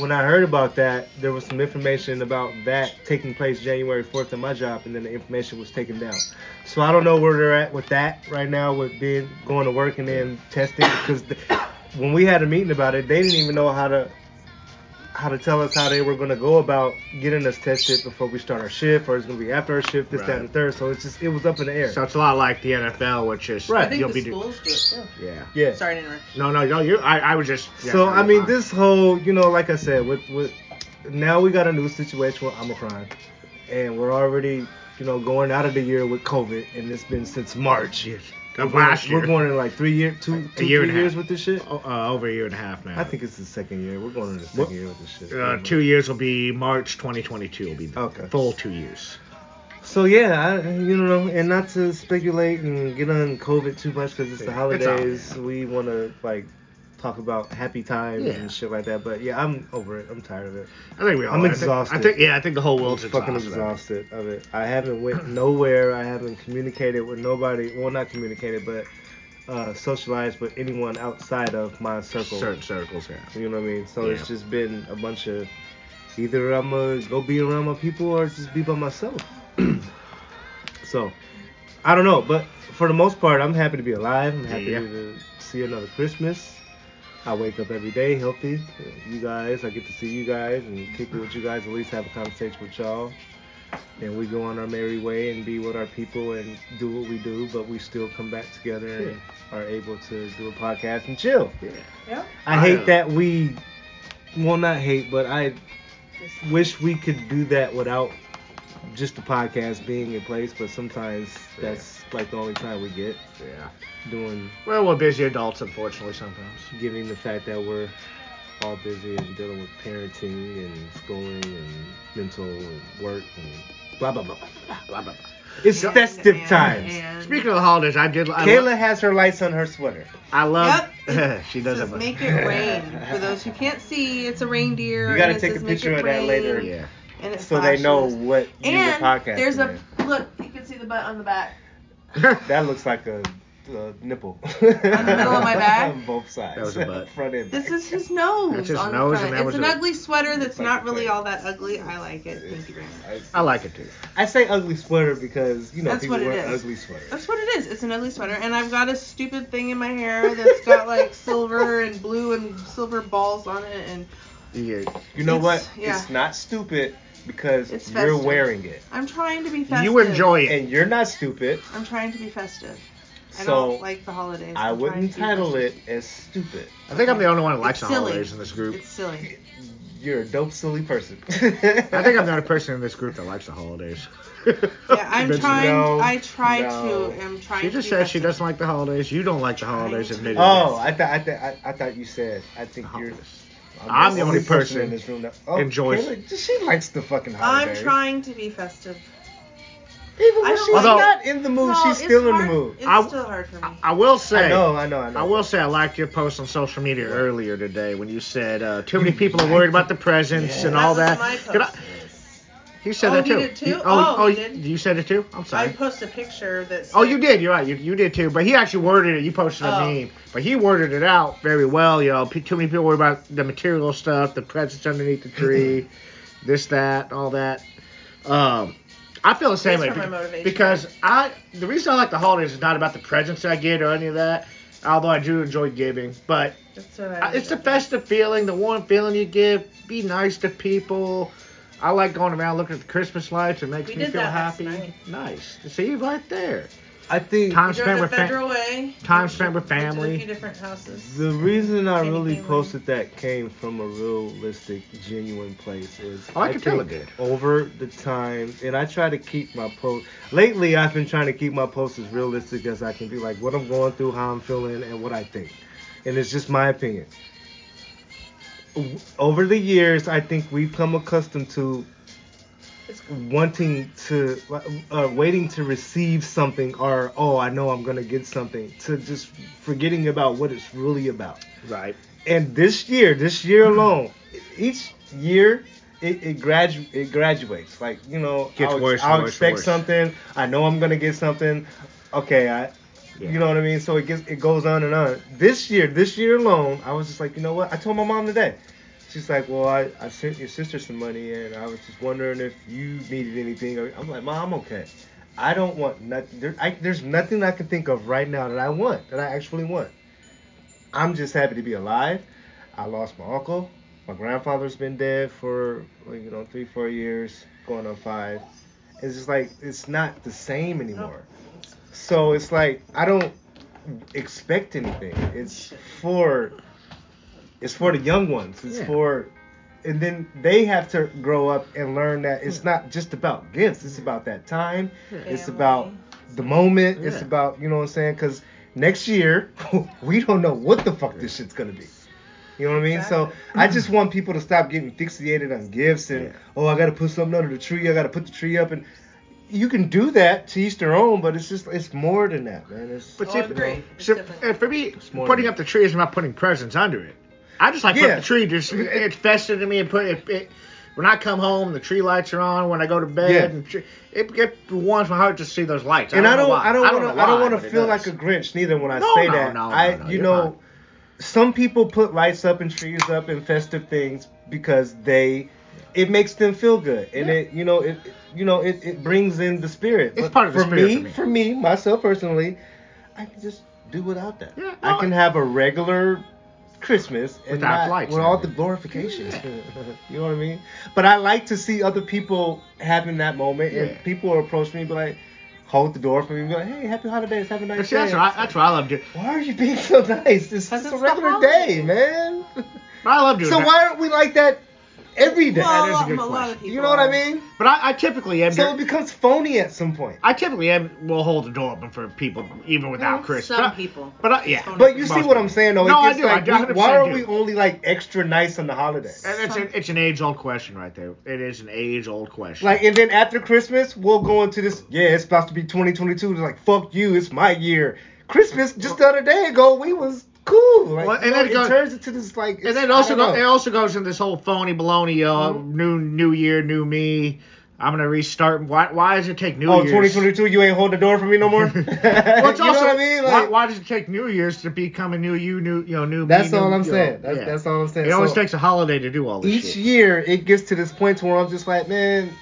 [SPEAKER 1] when I heard about that, there was some information about that taking place January 4th at my job, and then the information was taken down. So I don't know where they're at with that right now, with being going to work and then testing, because th- when we had a meeting about it, they didn't even know how to how to tell us how they were going to go about getting us tested before we start our shift, or it's going to be after our shift, this, that, and the third. So it's just it was up in the air.
[SPEAKER 3] So it's a lot like the NFL, which is
[SPEAKER 1] Right.
[SPEAKER 2] I think
[SPEAKER 3] you'll
[SPEAKER 2] the
[SPEAKER 3] be do-
[SPEAKER 2] schools do it
[SPEAKER 3] yeah.
[SPEAKER 2] too.
[SPEAKER 1] yeah.
[SPEAKER 2] Sorry to interrupt.
[SPEAKER 3] No, no, no. You, I, I was just. yeah,
[SPEAKER 1] So I mean,
[SPEAKER 3] fine.
[SPEAKER 1] this whole you know, like I said, with with now we got a new situation with Omicron, and we're already you know going out of the year with COVID, and it's been since March.
[SPEAKER 3] Yes.
[SPEAKER 1] We're
[SPEAKER 3] Of
[SPEAKER 1] going-
[SPEAKER 3] last year,
[SPEAKER 1] we're going in like three year, two, two
[SPEAKER 3] year
[SPEAKER 1] three
[SPEAKER 3] and a half.
[SPEAKER 1] years with this shit.
[SPEAKER 3] o- uh, over a year and a half now.
[SPEAKER 1] I think it's the second year. We're going in the second
[SPEAKER 3] Well,
[SPEAKER 1] year with this shit.
[SPEAKER 3] uh, two years will be March 2022. Will be the
[SPEAKER 1] Okay.
[SPEAKER 3] full two years.
[SPEAKER 1] So yeah, I, you know, and not to speculate and get on COVID too much because it's the
[SPEAKER 3] Yeah, it's all-
[SPEAKER 1] holidays. we want to like talk about happy times
[SPEAKER 3] Yeah.
[SPEAKER 1] and shit like that. But yeah, I'm over it. I'm tired of it.
[SPEAKER 3] I think we all.
[SPEAKER 1] I'm
[SPEAKER 3] are. I think-
[SPEAKER 1] exhausted.
[SPEAKER 3] I think yeah. I think the whole world's
[SPEAKER 1] fucking
[SPEAKER 3] exhausted.
[SPEAKER 1] exhausted of it. I haven't went nowhere. I haven't communicated with nobody. Well, not communicated, but uh, socialized with anyone outside of my circle.
[SPEAKER 3] Certain circles, yeah.
[SPEAKER 1] You know what I mean? So it's
[SPEAKER 3] Yeah.
[SPEAKER 1] just been a bunch of either I'm gonna go be around my people or just be by myself. so I don't know, but for the most part, I'm happy to be alive. I'm happy
[SPEAKER 3] Yeah.
[SPEAKER 1] to see another Christmas. I wake up every day healthy. You guys, I get to see you guys and kick it with you guys. At least have a conversation with y'all. And we go on our merry way and be with our people and do what we do, but we still come back together and are able to do a podcast and chill.
[SPEAKER 2] Yeah.
[SPEAKER 1] I
[SPEAKER 3] I
[SPEAKER 1] hate
[SPEAKER 3] am.
[SPEAKER 1] that we, well, not hate, but I wish we could do that without just the podcast being in place. But sometimes that's like the only time we get
[SPEAKER 3] Yeah.
[SPEAKER 1] doing
[SPEAKER 3] Well, we're busy adults, unfortunately, sometimes.
[SPEAKER 1] giving the fact that we're all busy and dealing with parenting and schooling and mental and work and blah blah blah.
[SPEAKER 3] Blah, blah, blah.
[SPEAKER 1] It's festive times.
[SPEAKER 3] Speaking of the holidays, I did. I lo-
[SPEAKER 1] Kayla has her lights on her sweater.
[SPEAKER 3] I love.
[SPEAKER 2] Yep.
[SPEAKER 3] she
[SPEAKER 2] It
[SPEAKER 3] does
[SPEAKER 2] says
[SPEAKER 3] have a-
[SPEAKER 2] make it rain. For those who can't see, it's a reindeer.
[SPEAKER 1] You gotta
[SPEAKER 2] and it
[SPEAKER 1] take a
[SPEAKER 2] says, "Make
[SPEAKER 1] picture
[SPEAKER 2] it
[SPEAKER 1] of that
[SPEAKER 2] rain,"
[SPEAKER 1] later.
[SPEAKER 3] Yeah.
[SPEAKER 2] And it
[SPEAKER 1] So they know
[SPEAKER 2] flashes.
[SPEAKER 1] what you were
[SPEAKER 2] And
[SPEAKER 1] podcasting.
[SPEAKER 2] there's a
[SPEAKER 1] in.
[SPEAKER 2] look. You can see the butt on the back.
[SPEAKER 1] That looks like a, a nipple. On
[SPEAKER 2] middle of my back?
[SPEAKER 1] Both sides.
[SPEAKER 3] That was a butt.
[SPEAKER 1] Front and
[SPEAKER 2] This
[SPEAKER 1] back.
[SPEAKER 2] is his nose.
[SPEAKER 3] That's his
[SPEAKER 2] on
[SPEAKER 3] nose,
[SPEAKER 2] the front.
[SPEAKER 3] and that
[SPEAKER 2] It's
[SPEAKER 3] was
[SPEAKER 2] an
[SPEAKER 3] a-
[SPEAKER 2] ugly sweater that's
[SPEAKER 1] Like
[SPEAKER 2] not
[SPEAKER 1] a
[SPEAKER 2] really
[SPEAKER 1] thing.
[SPEAKER 2] all that ugly. I like it. Thank you very much.
[SPEAKER 3] I like it too.
[SPEAKER 1] I say ugly sweater because you know
[SPEAKER 2] That's
[SPEAKER 1] people
[SPEAKER 2] what it
[SPEAKER 1] wear
[SPEAKER 2] is.
[SPEAKER 1] ugly sweaters.
[SPEAKER 2] That's what it is. It's an ugly sweater, and I've got a stupid thing in my hair that's got like silver and blue and silver balls on it, and
[SPEAKER 3] Yeah.
[SPEAKER 1] You know
[SPEAKER 2] It's-
[SPEAKER 1] what?
[SPEAKER 2] yeah.
[SPEAKER 1] It's not stupid because
[SPEAKER 2] It's
[SPEAKER 1] you're
[SPEAKER 2] festive.
[SPEAKER 1] wearing it,
[SPEAKER 2] I'm trying to be festive.
[SPEAKER 3] You enjoy it.
[SPEAKER 1] and you're not stupid.
[SPEAKER 2] I'm trying to be festive. I
[SPEAKER 1] so
[SPEAKER 2] don't like the holidays.
[SPEAKER 1] I
[SPEAKER 2] I'm
[SPEAKER 1] wouldn't
[SPEAKER 2] trying to be
[SPEAKER 1] title it
[SPEAKER 2] festive.
[SPEAKER 1] as stupid.
[SPEAKER 3] I think I'm the only one who likes
[SPEAKER 2] It's
[SPEAKER 3] the
[SPEAKER 2] silly.
[SPEAKER 3] holidays in this group.
[SPEAKER 2] It's silly.
[SPEAKER 1] You're a dope, silly person. I
[SPEAKER 3] I think I'm the only person in this group that likes the holidays.
[SPEAKER 2] Yeah, I'm
[SPEAKER 1] Bitch,
[SPEAKER 2] trying.
[SPEAKER 1] no,
[SPEAKER 2] I try
[SPEAKER 1] no.
[SPEAKER 2] to. I'm trying.
[SPEAKER 3] She
[SPEAKER 2] to
[SPEAKER 3] just
[SPEAKER 2] be
[SPEAKER 3] said she
[SPEAKER 2] festive.
[SPEAKER 3] doesn't like the holidays. You don't like the holidays, admittedly.
[SPEAKER 1] Oh, I thought I, th- I, I thought you said I Oh, think you're.
[SPEAKER 3] Uh-huh. I'm the only person
[SPEAKER 1] in this room that oh,
[SPEAKER 3] enjoys-
[SPEAKER 1] Kayla, she likes the fucking
[SPEAKER 2] I'm
[SPEAKER 1] holiday.
[SPEAKER 2] trying to be festive.
[SPEAKER 1] Even when
[SPEAKER 2] I
[SPEAKER 1] she's
[SPEAKER 2] don't
[SPEAKER 3] like-
[SPEAKER 1] not in the mood,
[SPEAKER 2] No,
[SPEAKER 1] she's
[SPEAKER 2] it's
[SPEAKER 1] still in
[SPEAKER 2] hard-
[SPEAKER 1] the mood.
[SPEAKER 2] It's
[SPEAKER 3] I-
[SPEAKER 2] still hard for me.
[SPEAKER 3] I, I will say.
[SPEAKER 1] I know, I know, I know.
[SPEAKER 3] I will say I liked your post on social media earlier today when you said uh, too many people are worried about the presents and
[SPEAKER 2] That
[SPEAKER 3] all
[SPEAKER 2] was
[SPEAKER 3] that.
[SPEAKER 2] my
[SPEAKER 3] Did I-
[SPEAKER 2] post.
[SPEAKER 3] you said
[SPEAKER 2] Oh,
[SPEAKER 3] that
[SPEAKER 2] you
[SPEAKER 3] too.
[SPEAKER 2] did too?
[SPEAKER 3] You-
[SPEAKER 2] Oh,
[SPEAKER 3] oh,
[SPEAKER 2] you
[SPEAKER 3] you,
[SPEAKER 2] did?
[SPEAKER 3] you said it too. I'm sorry.
[SPEAKER 2] I post a picture that.
[SPEAKER 3] Oh,
[SPEAKER 2] said-
[SPEAKER 3] you did. You're right. You, you did too. But he actually worded it. You posted a
[SPEAKER 2] Oh.
[SPEAKER 3] meme, but he worded it out very well. You know, P- too many people worry about the material stuff, the presents underneath the tree, this, that, all that. Um, I feel the same
[SPEAKER 2] That's
[SPEAKER 3] way
[SPEAKER 2] where my motivation
[SPEAKER 3] because I the reason I like the holidays is not about the presents I get or any of that. Although I do enjoy giving, but
[SPEAKER 2] That's what
[SPEAKER 3] I-
[SPEAKER 2] I
[SPEAKER 3] Uh, it's the festive feeling, the warm feeling you give. Be nice to people. I like going around looking at the Christmas lights. It makes
[SPEAKER 2] We
[SPEAKER 3] me
[SPEAKER 2] did
[SPEAKER 3] feel
[SPEAKER 2] that last
[SPEAKER 3] happy.
[SPEAKER 2] night.
[SPEAKER 3] Nice. See, right there.
[SPEAKER 1] I think
[SPEAKER 3] Time
[SPEAKER 2] We drove
[SPEAKER 3] spent
[SPEAKER 2] to
[SPEAKER 3] with fam-
[SPEAKER 2] Federal Way.
[SPEAKER 3] time spent with
[SPEAKER 2] Went to A
[SPEAKER 3] family.
[SPEAKER 2] few different houses.
[SPEAKER 1] the reason I
[SPEAKER 2] Anything
[SPEAKER 1] really
[SPEAKER 2] like-
[SPEAKER 1] posted that came from a realistic, genuine place. Is
[SPEAKER 3] I like your
[SPEAKER 1] think
[SPEAKER 3] color good.
[SPEAKER 1] over the time, and I try to keep my post. Lately, I've been trying to keep my posts as realistic as I can be, like what I'm going through, how I'm feeling, and what I think. And it's just my opinion. W- Over the years, I think we've come accustomed to
[SPEAKER 2] It's
[SPEAKER 1] wanting to uh, waiting to receive something or oh i know i'm gonna get something to just forgetting about what it's really about
[SPEAKER 3] Right.
[SPEAKER 1] and this year this year alone each year it, it gradu it graduates like you know
[SPEAKER 3] Gets
[SPEAKER 1] I'll,
[SPEAKER 3] worse and
[SPEAKER 1] I'll
[SPEAKER 3] worse and
[SPEAKER 1] expect
[SPEAKER 3] worse.
[SPEAKER 1] something i know i'm gonna get something okay i
[SPEAKER 3] Yeah.
[SPEAKER 1] you know what i mean so it gets it goes on and on this year this year alone i was just like you know what i told my mom today She's like, well, I, I sent your sister some money, and I was just wondering if you needed anything. Or- I'm like, mom, I'm okay. I don't want nothing. There, I, there's nothing I can think of right now that I want, that I actually want. I'm just happy to be alive. I lost my uncle. My grandfather's been dead for like, you know three, four years, going on five. It's just like it's not the same anymore. So it's like I don't expect anything. It's for it's for the young ones. It's
[SPEAKER 3] Yeah.
[SPEAKER 1] for and then they have to grow up and learn that it's not just about gifts. It's about that time. It's
[SPEAKER 2] family.
[SPEAKER 1] about the moment. It's
[SPEAKER 3] Yeah.
[SPEAKER 1] about you know what I'm saying. Because next year we don't know what the fuck this shit's gonna be. You know what I mean? So I just want people to stop getting fixated on gifts and
[SPEAKER 3] Yeah.
[SPEAKER 1] oh I gotta put something under the tree. I gotta put the tree up and you can do that to each their own. But it's just it's more than that, man. It's
[SPEAKER 3] But
[SPEAKER 2] Oh,
[SPEAKER 3] see,
[SPEAKER 2] I agree. It's
[SPEAKER 3] see,
[SPEAKER 2] different.
[SPEAKER 3] and for me,
[SPEAKER 1] more
[SPEAKER 3] putting
[SPEAKER 1] than-
[SPEAKER 3] up the tree is not putting presents under it. I just like
[SPEAKER 1] Yeah.
[SPEAKER 3] putting the tree. Just it's festive to me. And put it, it when I come home, the tree lights are on. When I go to bed,
[SPEAKER 1] Yeah.
[SPEAKER 3] and tree, it, it warms my heart to see those lights.
[SPEAKER 1] and I don't,
[SPEAKER 3] know why.
[SPEAKER 1] I don't,
[SPEAKER 3] know
[SPEAKER 1] want to, I don't
[SPEAKER 3] why,
[SPEAKER 1] want
[SPEAKER 3] but
[SPEAKER 1] to
[SPEAKER 3] it
[SPEAKER 1] feel
[SPEAKER 3] does.
[SPEAKER 1] like a Grinch neither when I
[SPEAKER 3] No,
[SPEAKER 1] say
[SPEAKER 3] no,
[SPEAKER 1] that.
[SPEAKER 3] no, no,
[SPEAKER 1] I,
[SPEAKER 3] no,
[SPEAKER 1] you
[SPEAKER 3] you're
[SPEAKER 1] know,
[SPEAKER 3] fine.
[SPEAKER 1] some people put lights up and trees up and festive things because they, it makes them feel good, and
[SPEAKER 3] Yeah.
[SPEAKER 1] it, you know, it, you know, it, it brings in the spirit.
[SPEAKER 3] It's part of the
[SPEAKER 1] for
[SPEAKER 3] spirit
[SPEAKER 1] me,
[SPEAKER 3] for me.
[SPEAKER 1] for me, myself personally, I can just do without that.
[SPEAKER 3] Yeah,
[SPEAKER 1] I
[SPEAKER 3] no,
[SPEAKER 1] can have a regular. Christmas and
[SPEAKER 3] Without
[SPEAKER 1] not-
[SPEAKER 3] lights
[SPEAKER 1] with
[SPEAKER 3] and
[SPEAKER 1] all the
[SPEAKER 3] everything.
[SPEAKER 1] glorifications. you know what I mean? But I like to see other people having that moment,
[SPEAKER 3] Yeah.
[SPEAKER 1] and people will approach me and be like, hold the door for me and be like, hey, happy holidays, have a
[SPEAKER 3] But
[SPEAKER 1] nice
[SPEAKER 3] see,
[SPEAKER 1] day.
[SPEAKER 3] that's what I, that's what I love doing.
[SPEAKER 1] why are you being so nice? It's
[SPEAKER 2] Because
[SPEAKER 1] just a
[SPEAKER 2] it's the
[SPEAKER 1] regular
[SPEAKER 2] holidays.
[SPEAKER 1] day, man.
[SPEAKER 3] But I love doing.
[SPEAKER 1] so
[SPEAKER 3] that.
[SPEAKER 1] why aren't we like that every day?
[SPEAKER 2] Well,
[SPEAKER 3] That is a good
[SPEAKER 2] a lot of people.
[SPEAKER 1] you know what I
[SPEAKER 2] are.
[SPEAKER 1] mean?
[SPEAKER 3] But I, I typically am.
[SPEAKER 1] So it becomes phony at some point.
[SPEAKER 3] I typically am, will hold the door open for people even without Chris.
[SPEAKER 2] Some
[SPEAKER 3] but I-
[SPEAKER 2] people.
[SPEAKER 3] But I, yeah.
[SPEAKER 2] But
[SPEAKER 1] But you see
[SPEAKER 3] Most
[SPEAKER 1] what
[SPEAKER 3] people.
[SPEAKER 1] I'm saying, though.
[SPEAKER 3] No,
[SPEAKER 1] it
[SPEAKER 3] I
[SPEAKER 1] gets
[SPEAKER 3] do, I
[SPEAKER 1] like,
[SPEAKER 3] do,
[SPEAKER 1] we- why
[SPEAKER 3] 100%
[SPEAKER 1] are
[SPEAKER 3] do.
[SPEAKER 1] we only like extra nice on the holidays?
[SPEAKER 3] And it's, an, it's an age-old question right there. It is an age-old question.
[SPEAKER 1] Like, and then after Christmas, we'll go into this. Yeah, it's supposed to be 2022. It's like, fuck you, it's my year. Christmas just the other day ago, we was cool. Like,
[SPEAKER 3] Well,
[SPEAKER 1] and
[SPEAKER 3] and then
[SPEAKER 1] it,
[SPEAKER 3] it goes-
[SPEAKER 1] turns into this like.
[SPEAKER 3] and then it also go, it also goes in this whole phony baloney. Uh,
[SPEAKER 1] Mm-hmm.
[SPEAKER 3] new new year, new me. I'm gonna restart. Why why does it take New
[SPEAKER 1] oh,
[SPEAKER 3] Year's?
[SPEAKER 1] 2022, you ain't hold the door for me no more. you
[SPEAKER 3] Well, it's
[SPEAKER 1] know
[SPEAKER 3] also,
[SPEAKER 1] what I mean?
[SPEAKER 3] why,
[SPEAKER 1] Like,
[SPEAKER 3] why does it take New Year's to become a new you, new you know, new me?
[SPEAKER 1] that's
[SPEAKER 3] new-
[SPEAKER 1] all I'm
[SPEAKER 3] you know,
[SPEAKER 1] saying. That's,
[SPEAKER 3] yeah.
[SPEAKER 1] that's all I'm saying.
[SPEAKER 3] It always
[SPEAKER 1] So
[SPEAKER 3] takes a holiday to do all this
[SPEAKER 1] each
[SPEAKER 3] shit.
[SPEAKER 1] year, it gets to this point to where I'm just like, man,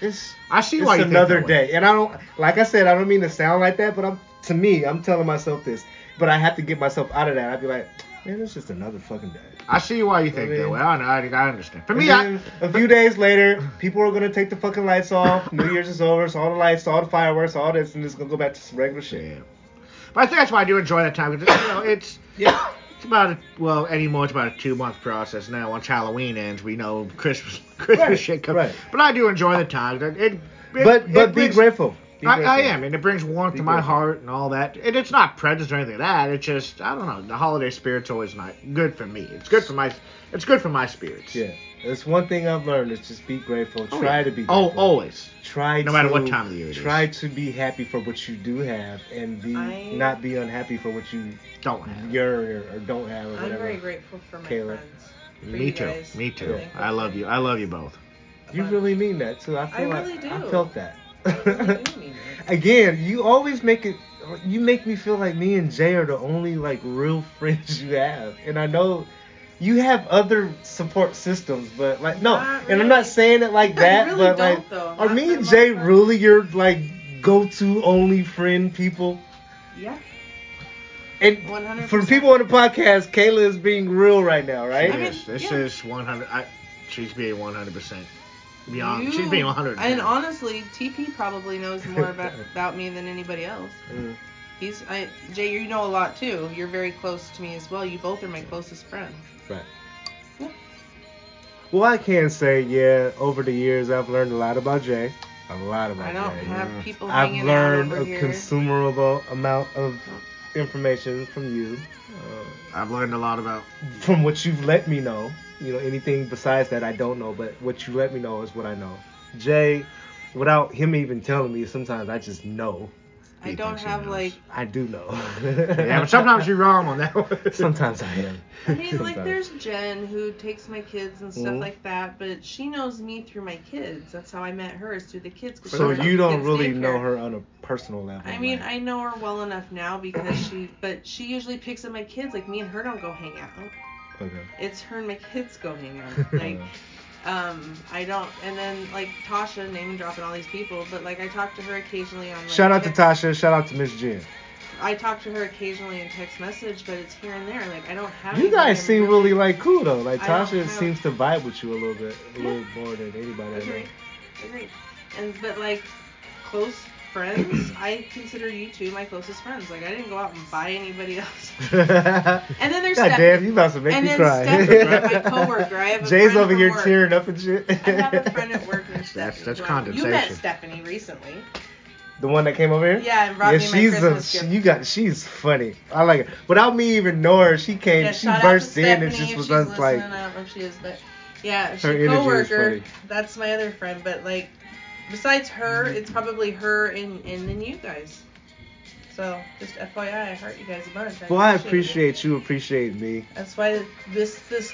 [SPEAKER 1] it's
[SPEAKER 3] I see
[SPEAKER 1] it's
[SPEAKER 3] why you think
[SPEAKER 1] another
[SPEAKER 3] that way.
[SPEAKER 1] day. And I don't like I said, I don't mean to sound like that, but I'm to me, I'm telling myself this. But I have to get myself out of that. I'd be like, man, it's just another fucking day.
[SPEAKER 3] I see why you think
[SPEAKER 1] I mean-
[SPEAKER 3] that way. I, know, I, I understand. For
[SPEAKER 1] And
[SPEAKER 3] me,
[SPEAKER 1] then
[SPEAKER 3] I,
[SPEAKER 1] a few days later, people are gonna take the fucking lights off. New Year's is over, so all the lights, all the fireworks, all this, and it's gonna go back to some regular shit.
[SPEAKER 3] Yeah. But I think that's why I do enjoy that time. 'cause, you know, it's
[SPEAKER 1] Yeah.
[SPEAKER 3] it's about a, well anymore. It's about a two month process now. Once Halloween ends, we know Christmas Christmas
[SPEAKER 1] Right,
[SPEAKER 3] shit comes.
[SPEAKER 1] right.
[SPEAKER 3] But I do enjoy the time. It, it-
[SPEAKER 1] But
[SPEAKER 3] it
[SPEAKER 1] but be
[SPEAKER 3] brings-
[SPEAKER 1] grateful. Be
[SPEAKER 3] I, I
[SPEAKER 1] grateful.
[SPEAKER 3] am, and it brings warmth
[SPEAKER 1] Be
[SPEAKER 3] to my
[SPEAKER 1] grateful.
[SPEAKER 3] heart and all that. And it's not prejudice or anything like that. It's just I don't know. The holiday spirit's always not good for me. It's good for my it's good for my spirits.
[SPEAKER 1] Yeah. That's one thing I've learned is just be grateful.
[SPEAKER 3] Oh,
[SPEAKER 1] try
[SPEAKER 3] yeah.
[SPEAKER 1] to be
[SPEAKER 3] Oh,
[SPEAKER 1] grateful.
[SPEAKER 3] always.
[SPEAKER 1] Try
[SPEAKER 3] No matter
[SPEAKER 1] to-
[SPEAKER 3] what time of the year it is.
[SPEAKER 1] Try to be happy for what you do have and be
[SPEAKER 2] I-
[SPEAKER 1] not be unhappy for what you
[SPEAKER 3] Don't have.
[SPEAKER 1] yearn or, or don't have or
[SPEAKER 2] I'm
[SPEAKER 1] whatever.
[SPEAKER 2] very grateful for my
[SPEAKER 1] Kayla.
[SPEAKER 2] friends. for
[SPEAKER 3] Me
[SPEAKER 2] you
[SPEAKER 3] too.
[SPEAKER 2] guys.
[SPEAKER 3] Me too.
[SPEAKER 1] Yeah.
[SPEAKER 3] I love you. I love you both.
[SPEAKER 1] You really mean that too. I feel
[SPEAKER 2] I
[SPEAKER 1] like-
[SPEAKER 2] really do.
[SPEAKER 1] I felt that.
[SPEAKER 2] I really do mean it.
[SPEAKER 1] Again, you always make it. You make me feel like me and Jay are the only like real friends you have, and I know you have other support systems, but like no,
[SPEAKER 2] Not
[SPEAKER 1] and I'm
[SPEAKER 2] really.
[SPEAKER 1] not saying it like
[SPEAKER 2] I
[SPEAKER 1] that,
[SPEAKER 2] really
[SPEAKER 1] but
[SPEAKER 2] don't,
[SPEAKER 1] like,
[SPEAKER 2] though.
[SPEAKER 1] are
[SPEAKER 2] Not
[SPEAKER 1] me
[SPEAKER 2] that
[SPEAKER 1] and
[SPEAKER 2] much
[SPEAKER 1] Jay
[SPEAKER 2] friends.
[SPEAKER 1] really your like go-to only friend people?
[SPEAKER 2] Yeah.
[SPEAKER 1] And
[SPEAKER 2] 100%.
[SPEAKER 1] for people on the podcast, Kayla is being real right now, right?
[SPEAKER 2] I mean,
[SPEAKER 3] Yes, this
[SPEAKER 2] yeah.
[SPEAKER 3] is 100. I, she's being 100 percent beyond.
[SPEAKER 2] You-
[SPEAKER 3] she's being 100.
[SPEAKER 2] And honestly, TP probably knows more about, about me than anybody else.
[SPEAKER 1] Mm.
[SPEAKER 2] He's I Jay, you know a lot too. You're very close to me as well. You both are my closest friends.
[SPEAKER 1] Well, I can say, yeah, over the years, I've learned a lot about Jay. A lot about
[SPEAKER 2] I don't
[SPEAKER 1] Jay.
[SPEAKER 3] yeah.
[SPEAKER 2] have people
[SPEAKER 1] I've
[SPEAKER 2] hanging
[SPEAKER 1] learned
[SPEAKER 2] out over
[SPEAKER 1] a
[SPEAKER 2] here.
[SPEAKER 1] considerable amount of information from you, uh,
[SPEAKER 3] I've learned a lot about.
[SPEAKER 1] from what you've let me know. You know, anything besides that I don't know, but what you let me know is what I know. Jay, without him even telling me, sometimes I just know.
[SPEAKER 2] I
[SPEAKER 3] He
[SPEAKER 2] don't
[SPEAKER 3] thinks he
[SPEAKER 2] have
[SPEAKER 3] knows.
[SPEAKER 2] like
[SPEAKER 1] I do know.
[SPEAKER 3] Yeah, but sometimes you're wrong on that one.
[SPEAKER 1] Sometimes I am.
[SPEAKER 2] I mean, like
[SPEAKER 1] Sometimes.
[SPEAKER 2] there's Jen who takes my kids and stuff
[SPEAKER 1] Mhm.
[SPEAKER 2] like that, but she knows me through my kids. That's how I met her is through the kids. 'cause
[SPEAKER 1] So
[SPEAKER 2] she worked
[SPEAKER 1] you
[SPEAKER 2] at
[SPEAKER 1] don't
[SPEAKER 2] kids'
[SPEAKER 1] really
[SPEAKER 2] daycare.
[SPEAKER 1] know her on a personal level.
[SPEAKER 2] I mean,
[SPEAKER 1] right?
[SPEAKER 2] I know her well enough now because she, but she usually picks up my kids. Like me and her don't go hang out.
[SPEAKER 1] Okay.
[SPEAKER 2] It's her and my kids go hang out. Like, um, I don't. And then like Tasha, name and dropping all these people, but like I talk to her occasionally on. Like,
[SPEAKER 1] Shout out to
[SPEAKER 2] text-
[SPEAKER 1] Tasha. Shout out to Miss Jen.
[SPEAKER 2] I talk to her occasionally in text message, but it's here and there. Like I don't have.
[SPEAKER 1] You
[SPEAKER 2] anybody
[SPEAKER 1] guys
[SPEAKER 2] I'm
[SPEAKER 1] seem really like cool though. Like
[SPEAKER 2] I don't
[SPEAKER 1] Tasha
[SPEAKER 2] have-
[SPEAKER 1] seems to vibe with you a little bit, a
[SPEAKER 2] Yeah.
[SPEAKER 1] little more than anybody. I know.
[SPEAKER 2] Agree. Agree. And but like close friends, I consider you two my closest friends. Like I didn't go out and buy anybody else. And then there's
[SPEAKER 1] God
[SPEAKER 2] Steph-
[SPEAKER 1] damn, you about to make
[SPEAKER 2] and
[SPEAKER 1] me
[SPEAKER 2] then
[SPEAKER 1] cry.
[SPEAKER 2] Steph, my coworker, I have a
[SPEAKER 1] Jay's
[SPEAKER 2] friend
[SPEAKER 1] over
[SPEAKER 2] from
[SPEAKER 1] here
[SPEAKER 2] work.
[SPEAKER 1] tearing up and shit.
[SPEAKER 2] I have a friend at work named
[SPEAKER 3] That's-
[SPEAKER 2] Stephanie.
[SPEAKER 3] that's
[SPEAKER 2] who I- You met
[SPEAKER 3] condensation.
[SPEAKER 2] Stephanie recently.
[SPEAKER 1] The one that came over here.
[SPEAKER 2] Yeah, and brought
[SPEAKER 1] yeah,
[SPEAKER 2] me my
[SPEAKER 1] she's a
[SPEAKER 2] Christmas
[SPEAKER 1] she,
[SPEAKER 2] gift.
[SPEAKER 1] you got she's funny. I like it. Without me even knowing her, she came,
[SPEAKER 2] Yeah,
[SPEAKER 1] she
[SPEAKER 2] shout out to
[SPEAKER 1] burst in and
[SPEAKER 2] Stephanie
[SPEAKER 1] just
[SPEAKER 2] if
[SPEAKER 1] was
[SPEAKER 2] she's
[SPEAKER 1] just like,
[SPEAKER 2] listening. I don't know if she is, but yeah,
[SPEAKER 1] Her energy
[SPEAKER 2] her
[SPEAKER 1] is
[SPEAKER 2] coworker.
[SPEAKER 1] funny.
[SPEAKER 2] That's my other friend, but like besides her, it's probably her and and then you guys. So just FYI, I heart you guys a bunch.
[SPEAKER 1] well, I
[SPEAKER 2] appreciate it.
[SPEAKER 1] appreciate you, appreciate me.
[SPEAKER 2] That's why this this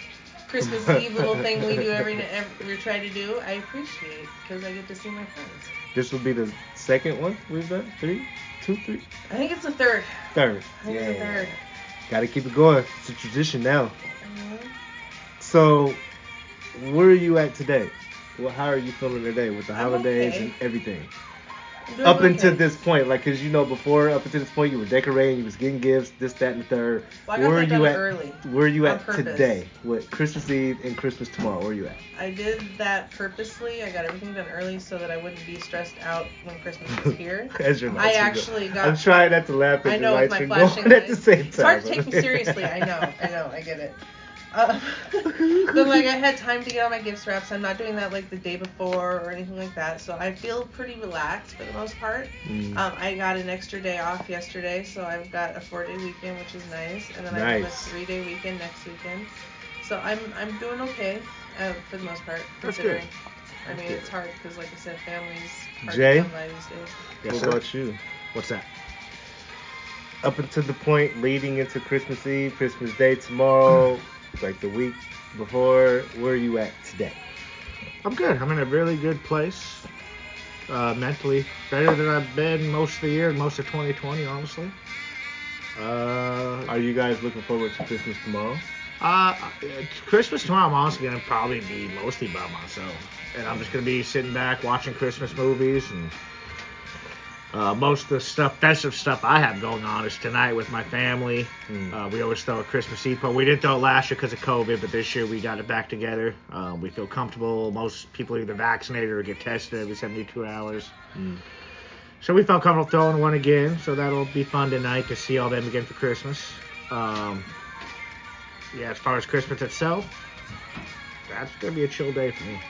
[SPEAKER 2] Christmas Eve little thing we do every, every we try to do, I appreciate because I get to see my friends.
[SPEAKER 1] This would be the second one we've done. Three, two, three,
[SPEAKER 2] I think it's the third.
[SPEAKER 1] third.
[SPEAKER 2] I think it's the third.
[SPEAKER 1] Gotta keep it going. It's a tradition now.
[SPEAKER 2] Mhm.
[SPEAKER 1] So, where are you at today? Well, how are you feeling today with the
[SPEAKER 2] I'm
[SPEAKER 1] holidays
[SPEAKER 2] okay.
[SPEAKER 1] and everything?
[SPEAKER 2] I'm doing
[SPEAKER 1] up until
[SPEAKER 2] okay.
[SPEAKER 1] this point, like, cause you know before, up until this point, you were decorating, you was getting gifts, this, that, and the third.
[SPEAKER 2] Well, I got
[SPEAKER 1] where are
[SPEAKER 2] that done
[SPEAKER 1] you at?
[SPEAKER 2] early.
[SPEAKER 1] Where are you
[SPEAKER 2] on
[SPEAKER 1] at
[SPEAKER 2] purpose.
[SPEAKER 1] today? With Christmas Eve and Christmas tomorrow, where are you at?
[SPEAKER 2] I did that purposely. I got everything done early so that I wouldn't be stressed out when Christmas is here.
[SPEAKER 1] As your
[SPEAKER 2] I
[SPEAKER 1] lights are
[SPEAKER 2] actually
[SPEAKER 1] going.
[SPEAKER 2] got-
[SPEAKER 1] I'm trying not to laugh at
[SPEAKER 2] I
[SPEAKER 1] your
[SPEAKER 2] know with
[SPEAKER 1] lights
[SPEAKER 2] my
[SPEAKER 1] are
[SPEAKER 2] flashing
[SPEAKER 1] going at the
[SPEAKER 2] lights.
[SPEAKER 1] same time.
[SPEAKER 2] It's hard to take me seriously. I know. I know. I get it. Uh, but like I had time to get all my gifts wrapped. So I'm not doing that like the day before or anything like that. So I feel pretty relaxed for the most part.
[SPEAKER 1] Mm.
[SPEAKER 2] Um, I got an extra day off yesterday, so I've got a four-day weekend, which is nice, and then I have a
[SPEAKER 1] Nice.
[SPEAKER 2] three-day weekend next weekend. So I'm I'm doing okay uh, for the most part.
[SPEAKER 3] That's
[SPEAKER 2] considering.
[SPEAKER 3] good.
[SPEAKER 2] I mean,
[SPEAKER 3] good.
[SPEAKER 2] it's hard because, like I said, family's hard
[SPEAKER 1] Jay?
[SPEAKER 2] to come by these days.
[SPEAKER 3] Yes,
[SPEAKER 1] what
[SPEAKER 3] sir.
[SPEAKER 1] about you?
[SPEAKER 3] What's that?
[SPEAKER 1] up until the point leading into Christmas Eve, Christmas Day tomorrow, like the week before, where are you at today?
[SPEAKER 3] I'm good. I'm in a really good place. Uh, mentally, better than I've been most of the year, most of 2020, honestly. Uh,
[SPEAKER 1] Are you guys looking forward to Christmas tomorrow?
[SPEAKER 3] Uh, it's Christmas tomorrow, I'm honestly gonna probably be mostly by myself, and I'm just gonna be sitting back watching Christmas movies and. Uh, most of the stuff, festive stuff I have going on is tonight with my family.
[SPEAKER 1] Hmm.
[SPEAKER 3] Uh, we always throw a Christmas Eve party. We didn't throw it last year because of COVID, but this year we got it back together. Uh, we feel comfortable. Most people are either vaccinated or get tested every 72 hours.
[SPEAKER 2] Mm.
[SPEAKER 3] So we felt comfortable throwing one again, so that'll be fun tonight to see all them again for Christmas. Um, yeah, as far as Christmas itself, that's gonna be a chill day for me.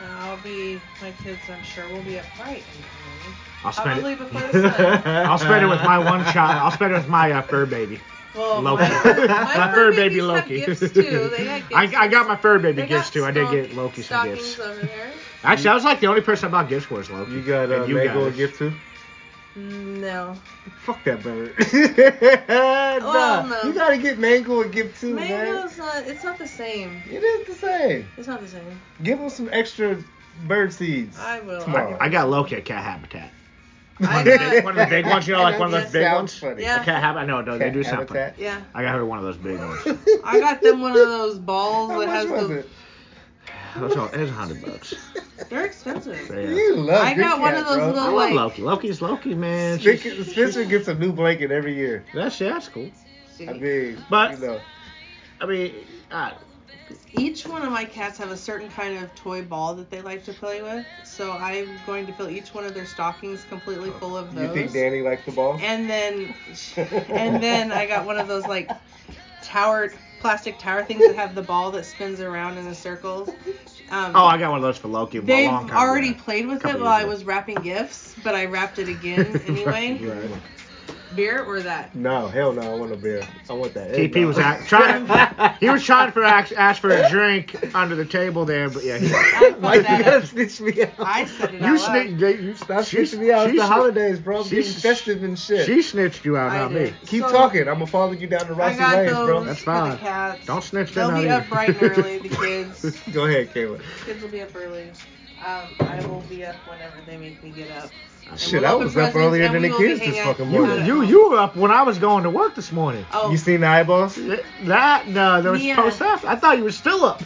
[SPEAKER 2] I I'll be, my kids, I'm sure, will be up bright. and early.
[SPEAKER 3] I'll spend
[SPEAKER 2] Probably
[SPEAKER 3] it.
[SPEAKER 2] before the sun.
[SPEAKER 3] I'll spend it with my one child. I'll spend it with my uh, fur baby.
[SPEAKER 2] Well,
[SPEAKER 3] Loki.
[SPEAKER 2] Oh, my, my,
[SPEAKER 3] My
[SPEAKER 2] fur
[SPEAKER 3] fur baby
[SPEAKER 2] babies have
[SPEAKER 3] Loki.
[SPEAKER 2] gifts too. They got
[SPEAKER 3] I,
[SPEAKER 2] gifts.
[SPEAKER 3] I got my fur baby
[SPEAKER 2] They
[SPEAKER 3] gifts
[SPEAKER 2] got
[SPEAKER 3] too. I did
[SPEAKER 2] stock-
[SPEAKER 3] get Loki some gifts.
[SPEAKER 2] stockings over there.
[SPEAKER 3] Actually, I was like the only person I bought gifts for was Loki.
[SPEAKER 1] You got
[SPEAKER 3] And
[SPEAKER 1] uh,
[SPEAKER 3] you
[SPEAKER 1] Mango a
[SPEAKER 3] guys.
[SPEAKER 1] gift too?
[SPEAKER 2] Mm, No.
[SPEAKER 1] Fuck that bird. nah,
[SPEAKER 2] Well, no.
[SPEAKER 1] you gotta get Mango a gift too, man.
[SPEAKER 2] Mango's not. uh, It's not the same.
[SPEAKER 1] It is the same.
[SPEAKER 2] It's not the same.
[SPEAKER 1] Give him some extra bird seeds.
[SPEAKER 2] I will.
[SPEAKER 1] Come on.
[SPEAKER 3] I got Loki at Cat Habitat.
[SPEAKER 2] I
[SPEAKER 3] One of, the
[SPEAKER 2] got-
[SPEAKER 3] big, one of the big ones, you know,
[SPEAKER 1] I
[SPEAKER 3] like
[SPEAKER 1] know
[SPEAKER 3] one of
[SPEAKER 1] that
[SPEAKER 3] those big
[SPEAKER 1] sounds
[SPEAKER 3] ones.
[SPEAKER 1] funny.
[SPEAKER 2] Yeah.
[SPEAKER 3] A cat habit. I know. No, they
[SPEAKER 1] Cat
[SPEAKER 3] do something.
[SPEAKER 1] habitat.
[SPEAKER 2] Yeah.
[SPEAKER 3] I got her one of those big ones.
[SPEAKER 2] I got them one of those balls
[SPEAKER 1] How
[SPEAKER 2] that
[SPEAKER 1] much
[SPEAKER 2] has
[SPEAKER 1] was
[SPEAKER 2] the.
[SPEAKER 1] it?
[SPEAKER 3] That's all. It's a hundred bucks.
[SPEAKER 2] They're expensive.
[SPEAKER 3] But yeah.
[SPEAKER 1] You love
[SPEAKER 2] I got
[SPEAKER 1] good
[SPEAKER 2] one
[SPEAKER 1] cat,
[SPEAKER 2] of those
[SPEAKER 1] bro.
[SPEAKER 3] I
[SPEAKER 2] little-
[SPEAKER 3] love
[SPEAKER 2] Like-
[SPEAKER 3] Loki. Loki's Loki, man. She's-
[SPEAKER 1] Spencer Spencer gets a new blanket every year.
[SPEAKER 3] That's yeah, that's cool.
[SPEAKER 1] I mean,
[SPEAKER 3] But-
[SPEAKER 1] you know,
[SPEAKER 3] I mean, uh, I,
[SPEAKER 2] Each one of my cats have a certain kind of toy ball that they like to play with, so I'm going to fill each one of their stockings completely full of
[SPEAKER 1] Oh. you
[SPEAKER 2] those.
[SPEAKER 1] think Danny likes the ball?
[SPEAKER 2] and then, and then I got one of those like tower plastic tower things that have the ball that spins around in a circle. Um,
[SPEAKER 3] oh, I got one of those for Loki. a
[SPEAKER 2] They've
[SPEAKER 3] long time
[SPEAKER 2] already
[SPEAKER 3] ago.
[SPEAKER 2] played with it
[SPEAKER 3] Couple
[SPEAKER 2] while I
[SPEAKER 3] years ago.
[SPEAKER 2] was wrapping gifts, but I wrapped it again anyway.
[SPEAKER 1] Right.
[SPEAKER 2] Beer or that?
[SPEAKER 1] No, hell no, I want a beer. I want that.
[SPEAKER 3] TP was at, trying. He was trying for ask, ask for a drink under the table there, but yeah. He,
[SPEAKER 1] Why you
[SPEAKER 2] that
[SPEAKER 1] gotta
[SPEAKER 2] up.
[SPEAKER 1] snitch me out?
[SPEAKER 2] I said it
[SPEAKER 3] you
[SPEAKER 2] out
[SPEAKER 3] sneak.
[SPEAKER 2] loud.
[SPEAKER 3] You
[SPEAKER 1] Stop
[SPEAKER 3] she-
[SPEAKER 1] snitching me out.
[SPEAKER 3] she
[SPEAKER 1] It's the
[SPEAKER 3] sn-
[SPEAKER 1] holidays, bro. I'm
[SPEAKER 3] she
[SPEAKER 1] getting
[SPEAKER 3] sn-
[SPEAKER 1] festive and shit.
[SPEAKER 3] She snitched you out,
[SPEAKER 2] I
[SPEAKER 3] not
[SPEAKER 2] did.
[SPEAKER 3] me.
[SPEAKER 1] Keep
[SPEAKER 2] So,
[SPEAKER 1] talking. I'm gonna follow you down the
[SPEAKER 2] I
[SPEAKER 1] Rossi
[SPEAKER 2] got
[SPEAKER 1] Lanes,
[SPEAKER 2] those
[SPEAKER 1] bro.
[SPEAKER 3] That's
[SPEAKER 2] for the
[SPEAKER 3] fine.
[SPEAKER 2] cats.
[SPEAKER 3] Don't snitch them
[SPEAKER 2] They'll
[SPEAKER 3] out
[SPEAKER 2] be
[SPEAKER 3] either.
[SPEAKER 2] up bright and early. The kids,
[SPEAKER 1] Go ahead, Kayla.
[SPEAKER 2] kids will be up early. Um, I will be up whenever they make me get up. And
[SPEAKER 1] Shit,
[SPEAKER 2] we'll
[SPEAKER 1] I
[SPEAKER 2] open
[SPEAKER 1] was up
[SPEAKER 2] presents
[SPEAKER 1] earlier
[SPEAKER 2] and
[SPEAKER 1] than
[SPEAKER 2] we
[SPEAKER 1] the
[SPEAKER 2] will be
[SPEAKER 1] kids this
[SPEAKER 2] hanging
[SPEAKER 1] fucking
[SPEAKER 2] out
[SPEAKER 3] You,
[SPEAKER 1] morning.
[SPEAKER 2] at
[SPEAKER 3] you
[SPEAKER 2] home.
[SPEAKER 3] you were up when I was going to work this morning.
[SPEAKER 2] Oh,
[SPEAKER 1] You seen the eyeballs?
[SPEAKER 3] Th- That no, there was
[SPEAKER 2] Yeah.
[SPEAKER 3] post after. I thought you were still up.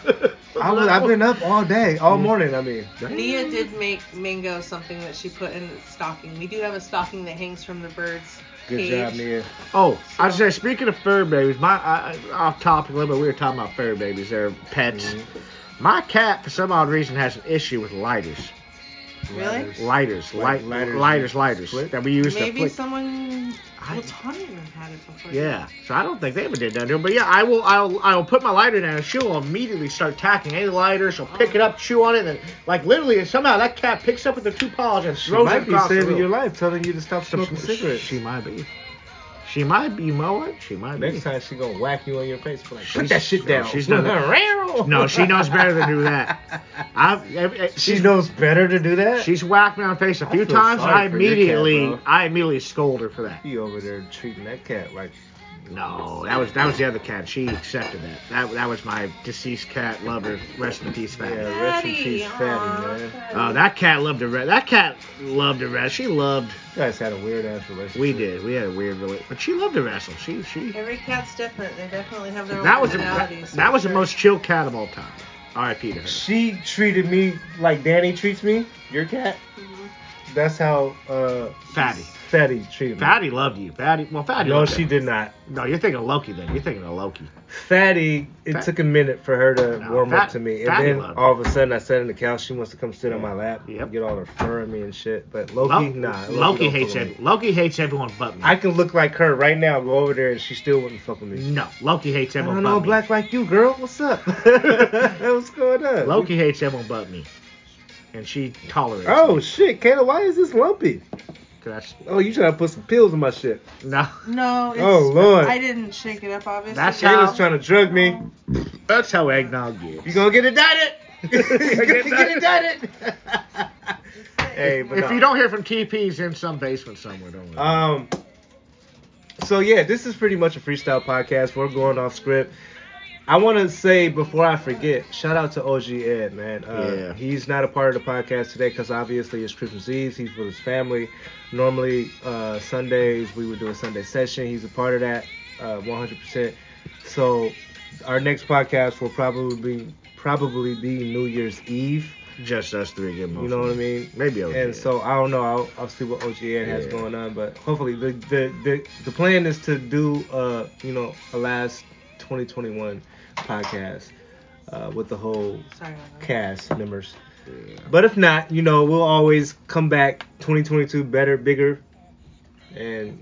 [SPEAKER 1] I was, I've been up all day, all morning. I mean,
[SPEAKER 2] Nia did make Mingo something that she put in the stocking. We do have a stocking that hangs from the bird's
[SPEAKER 1] good
[SPEAKER 2] cage.
[SPEAKER 1] job, Nia.
[SPEAKER 3] Oh, I say speaking of fur babies, my I, I- off topic a little bit. We were talking about fur babies, they're pets.
[SPEAKER 1] Mm-hmm.
[SPEAKER 3] My cat, for some odd reason, has an issue with lighters,
[SPEAKER 2] Really?
[SPEAKER 3] lighters,
[SPEAKER 1] Like
[SPEAKER 3] light,
[SPEAKER 1] lighters
[SPEAKER 3] lighters, lighters,
[SPEAKER 1] that flick?
[SPEAKER 3] that we use to
[SPEAKER 2] Maybe
[SPEAKER 3] flick.
[SPEAKER 2] someone.
[SPEAKER 3] I-
[SPEAKER 2] Well, Tanya had it before.
[SPEAKER 3] Yeah, so I don't think they ever did that to him. But yeah, I will, I will, I will put my lighter down, and she will immediately start attacking any lighter. She'll pick it up, chew on it, and like literally, somehow that cat picks up with her two paws and
[SPEAKER 1] She
[SPEAKER 3] throws it
[SPEAKER 1] might be
[SPEAKER 3] across the
[SPEAKER 1] saving
[SPEAKER 3] room.
[SPEAKER 1] your life, telling you to stop
[SPEAKER 3] Some-
[SPEAKER 1] smoking cigarettes.
[SPEAKER 3] She might be. She might be, you know what? She might be.
[SPEAKER 1] Next time she gonna whack you on your face. Be like, put
[SPEAKER 3] She's-
[SPEAKER 1] that shit
[SPEAKER 3] no,
[SPEAKER 1] down.
[SPEAKER 3] she's not- No, she knows better than do that. I've, I- I-
[SPEAKER 1] She
[SPEAKER 3] she's-
[SPEAKER 1] knows better to do that.
[SPEAKER 3] She's whacked me on the face a
[SPEAKER 1] I
[SPEAKER 3] few
[SPEAKER 1] feel
[SPEAKER 3] times, and
[SPEAKER 1] sorry
[SPEAKER 3] I
[SPEAKER 1] for your cat,
[SPEAKER 3] immediately,
[SPEAKER 1] bro.
[SPEAKER 3] I immediately scold her for that.
[SPEAKER 1] you over there treating that cat like
[SPEAKER 3] No, that was that was the other cat. She accepted that. That that was my deceased cat lover. Rest in peace, Fatty.
[SPEAKER 1] Yeah. rest in
[SPEAKER 2] Fatty,
[SPEAKER 1] peace,
[SPEAKER 2] aw,
[SPEAKER 1] Fatty, man.
[SPEAKER 2] Fatty.
[SPEAKER 3] Uh, that cat loved a rat. That cat loved a rat. She loved.
[SPEAKER 1] you guys had a weird ass relationship.
[SPEAKER 3] We did. We had a weird relationship, but she loved to wrestle. She she.
[SPEAKER 2] Every cat's different. They definitely have their own
[SPEAKER 3] That was the,
[SPEAKER 2] personalities.
[SPEAKER 3] that, that was the most chill cat of all time. R.I.P. to her.
[SPEAKER 1] She treated me like Danny treats me. Your cat.
[SPEAKER 2] Mhm.
[SPEAKER 1] That's how uh,
[SPEAKER 3] Fatty.
[SPEAKER 1] Fatty treated me.
[SPEAKER 3] Fatty loved you. Fatty. Well, Fatty.
[SPEAKER 1] No,
[SPEAKER 3] loved
[SPEAKER 1] she
[SPEAKER 3] her.
[SPEAKER 1] did not.
[SPEAKER 3] No, you're thinking of Loki then. You're thinking of Loki.
[SPEAKER 1] Fatty, it
[SPEAKER 3] Fat-
[SPEAKER 1] took a minute for her to
[SPEAKER 3] No,
[SPEAKER 1] warm up
[SPEAKER 3] fat-
[SPEAKER 1] to me, and
[SPEAKER 3] fatty
[SPEAKER 1] then
[SPEAKER 3] love.
[SPEAKER 1] all of a sudden I sat on the couch. She wants to come sit on my lap,
[SPEAKER 3] Yep.
[SPEAKER 1] and get all her fur in me and shit. But Loki,
[SPEAKER 3] Lo-
[SPEAKER 1] nah,
[SPEAKER 3] Loki
[SPEAKER 1] don't
[SPEAKER 3] hates
[SPEAKER 1] fuck with
[SPEAKER 3] every,
[SPEAKER 1] me.
[SPEAKER 3] Loki hates everyone but me.
[SPEAKER 1] I can look like her right now, go over there, and she still wouldn't fuck with me.
[SPEAKER 3] no, Loki hates
[SPEAKER 1] I'm
[SPEAKER 3] everyone
[SPEAKER 1] not
[SPEAKER 3] but
[SPEAKER 1] all
[SPEAKER 3] me.
[SPEAKER 1] black like you, girl. What's up? What's going on?
[SPEAKER 3] Loki hates everyone but me, and she tolerates.
[SPEAKER 1] Oh
[SPEAKER 3] me.
[SPEAKER 1] shit, Kayla, why is this lumpy?
[SPEAKER 3] 'Cause that's
[SPEAKER 1] Oh, you trying to put some pills in my shit?
[SPEAKER 3] no.
[SPEAKER 2] No, it's,
[SPEAKER 1] Oh, Lord.
[SPEAKER 2] I didn't shake it up, obviously.
[SPEAKER 3] That's
[SPEAKER 2] but-
[SPEAKER 3] how-
[SPEAKER 1] Kayla's trying to drug me.
[SPEAKER 3] That's how eggnog is.
[SPEAKER 1] You gonna get indicted? you gonna get indicted? hey, but
[SPEAKER 3] If
[SPEAKER 1] no.
[SPEAKER 3] you don't hear from TP, he's in some basement somewhere. Don't worry.
[SPEAKER 1] Um. So yeah, this is pretty much a freestyle podcast. We're going off script. I want to say before I forget, shout out to OG Ed, man. Uh,
[SPEAKER 3] Yeah.
[SPEAKER 1] He's not a part of the podcast today because obviously it's Christmas Eve. He's with his family. Normally uh, Sundays we would do a Sunday session. He's a part of that, uh, 100%. So our next podcast will probably be probably be New Year's Eve.
[SPEAKER 3] Just us three get most.
[SPEAKER 1] You know what I mean?
[SPEAKER 3] Maybe OG.
[SPEAKER 1] And so I don't know. I'll, I'll see what OGN has
[SPEAKER 3] Yeah.
[SPEAKER 1] going on, but hopefully the, the the the plan is to do uh you know a last 2021 podcast uh with the whole
[SPEAKER 2] Sorry about that.
[SPEAKER 1] cast members.
[SPEAKER 3] Yeah.
[SPEAKER 1] But if not, you know we'll always come back 2022 better, bigger, and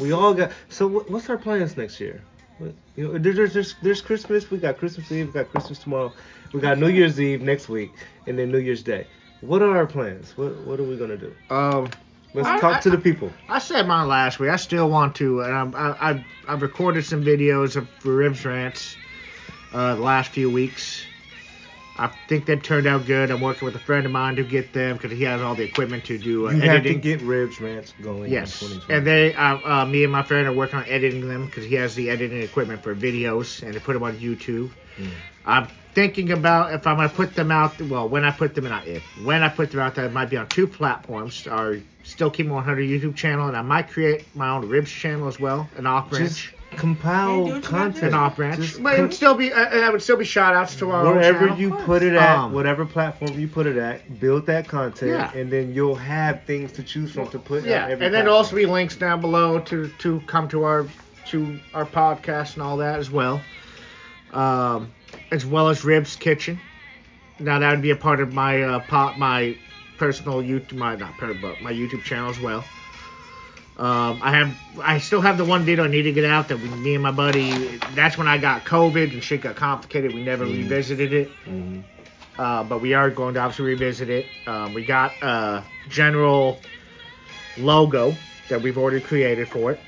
[SPEAKER 1] we all got. So what, what's our plans next year? But, you know, there- there's, there's there's Christmas. We got Christmas Eve. We got Christmas tomorrow. We got New Year's Eve next week, and then New Year's Day. What are our plans? What what are we gonna do?
[SPEAKER 3] Um,
[SPEAKER 1] Let's
[SPEAKER 3] I-
[SPEAKER 1] talk
[SPEAKER 3] I-
[SPEAKER 1] to the people.
[SPEAKER 3] I said mine last week. I still want to, and I'm, I, I've I've recorded some videos of for Ribs Rants uh, the last few weeks. I think they've turned out good. I'm working with a friend of mine to get them because he has all the equipment to do uh,
[SPEAKER 1] You have to
[SPEAKER 3] editing.
[SPEAKER 1] get Ribs Ranch going.
[SPEAKER 3] yes,
[SPEAKER 1] in 2020.
[SPEAKER 3] and they, uh, uh, me and my friend are working on editing them because he has the editing equipment for videos and to put them on YouTube.
[SPEAKER 1] Mm.
[SPEAKER 3] I'm thinking about if I'm gonna put them out. Well, when I put them out, if when I put them out, that might be on two platforms. Our Still Keep 100 YouTube channel, and I might create my own ribs channel as well, an off
[SPEAKER 1] just
[SPEAKER 3] branch,
[SPEAKER 2] Yeah, do
[SPEAKER 1] compile
[SPEAKER 2] what you gotta do.
[SPEAKER 1] content.
[SPEAKER 3] an off branch.
[SPEAKER 1] Just
[SPEAKER 3] But it would
[SPEAKER 1] put-
[SPEAKER 3] still be, uh, uh, that would still be shout outs to our own
[SPEAKER 1] wherever
[SPEAKER 3] channel.
[SPEAKER 1] you
[SPEAKER 2] Of
[SPEAKER 1] put it
[SPEAKER 3] course.
[SPEAKER 1] at,
[SPEAKER 3] Um,
[SPEAKER 1] whatever platform you put it at, build that content,
[SPEAKER 3] Yeah.
[SPEAKER 1] and then you'll have things to choose from to put.
[SPEAKER 3] yeah,
[SPEAKER 1] on
[SPEAKER 3] and
[SPEAKER 1] uh, every
[SPEAKER 3] then
[SPEAKER 1] platform.
[SPEAKER 3] also be links down below to to come to our to our podcast and all that as well, um, as well as Ribs Kitchen. Now that would be a part of my uh, pop my personal YouTube my not per, but my YouTube channel as well. Um, I have I still have the one video I need to get out that we, me and my buddy. That's when I got COVID and shit got complicated. We never
[SPEAKER 1] Mhm.
[SPEAKER 3] revisited it.
[SPEAKER 1] Mhm.
[SPEAKER 3] Uh, but we are going to obviously revisit it. Um, we got a general logo that we've already created for it,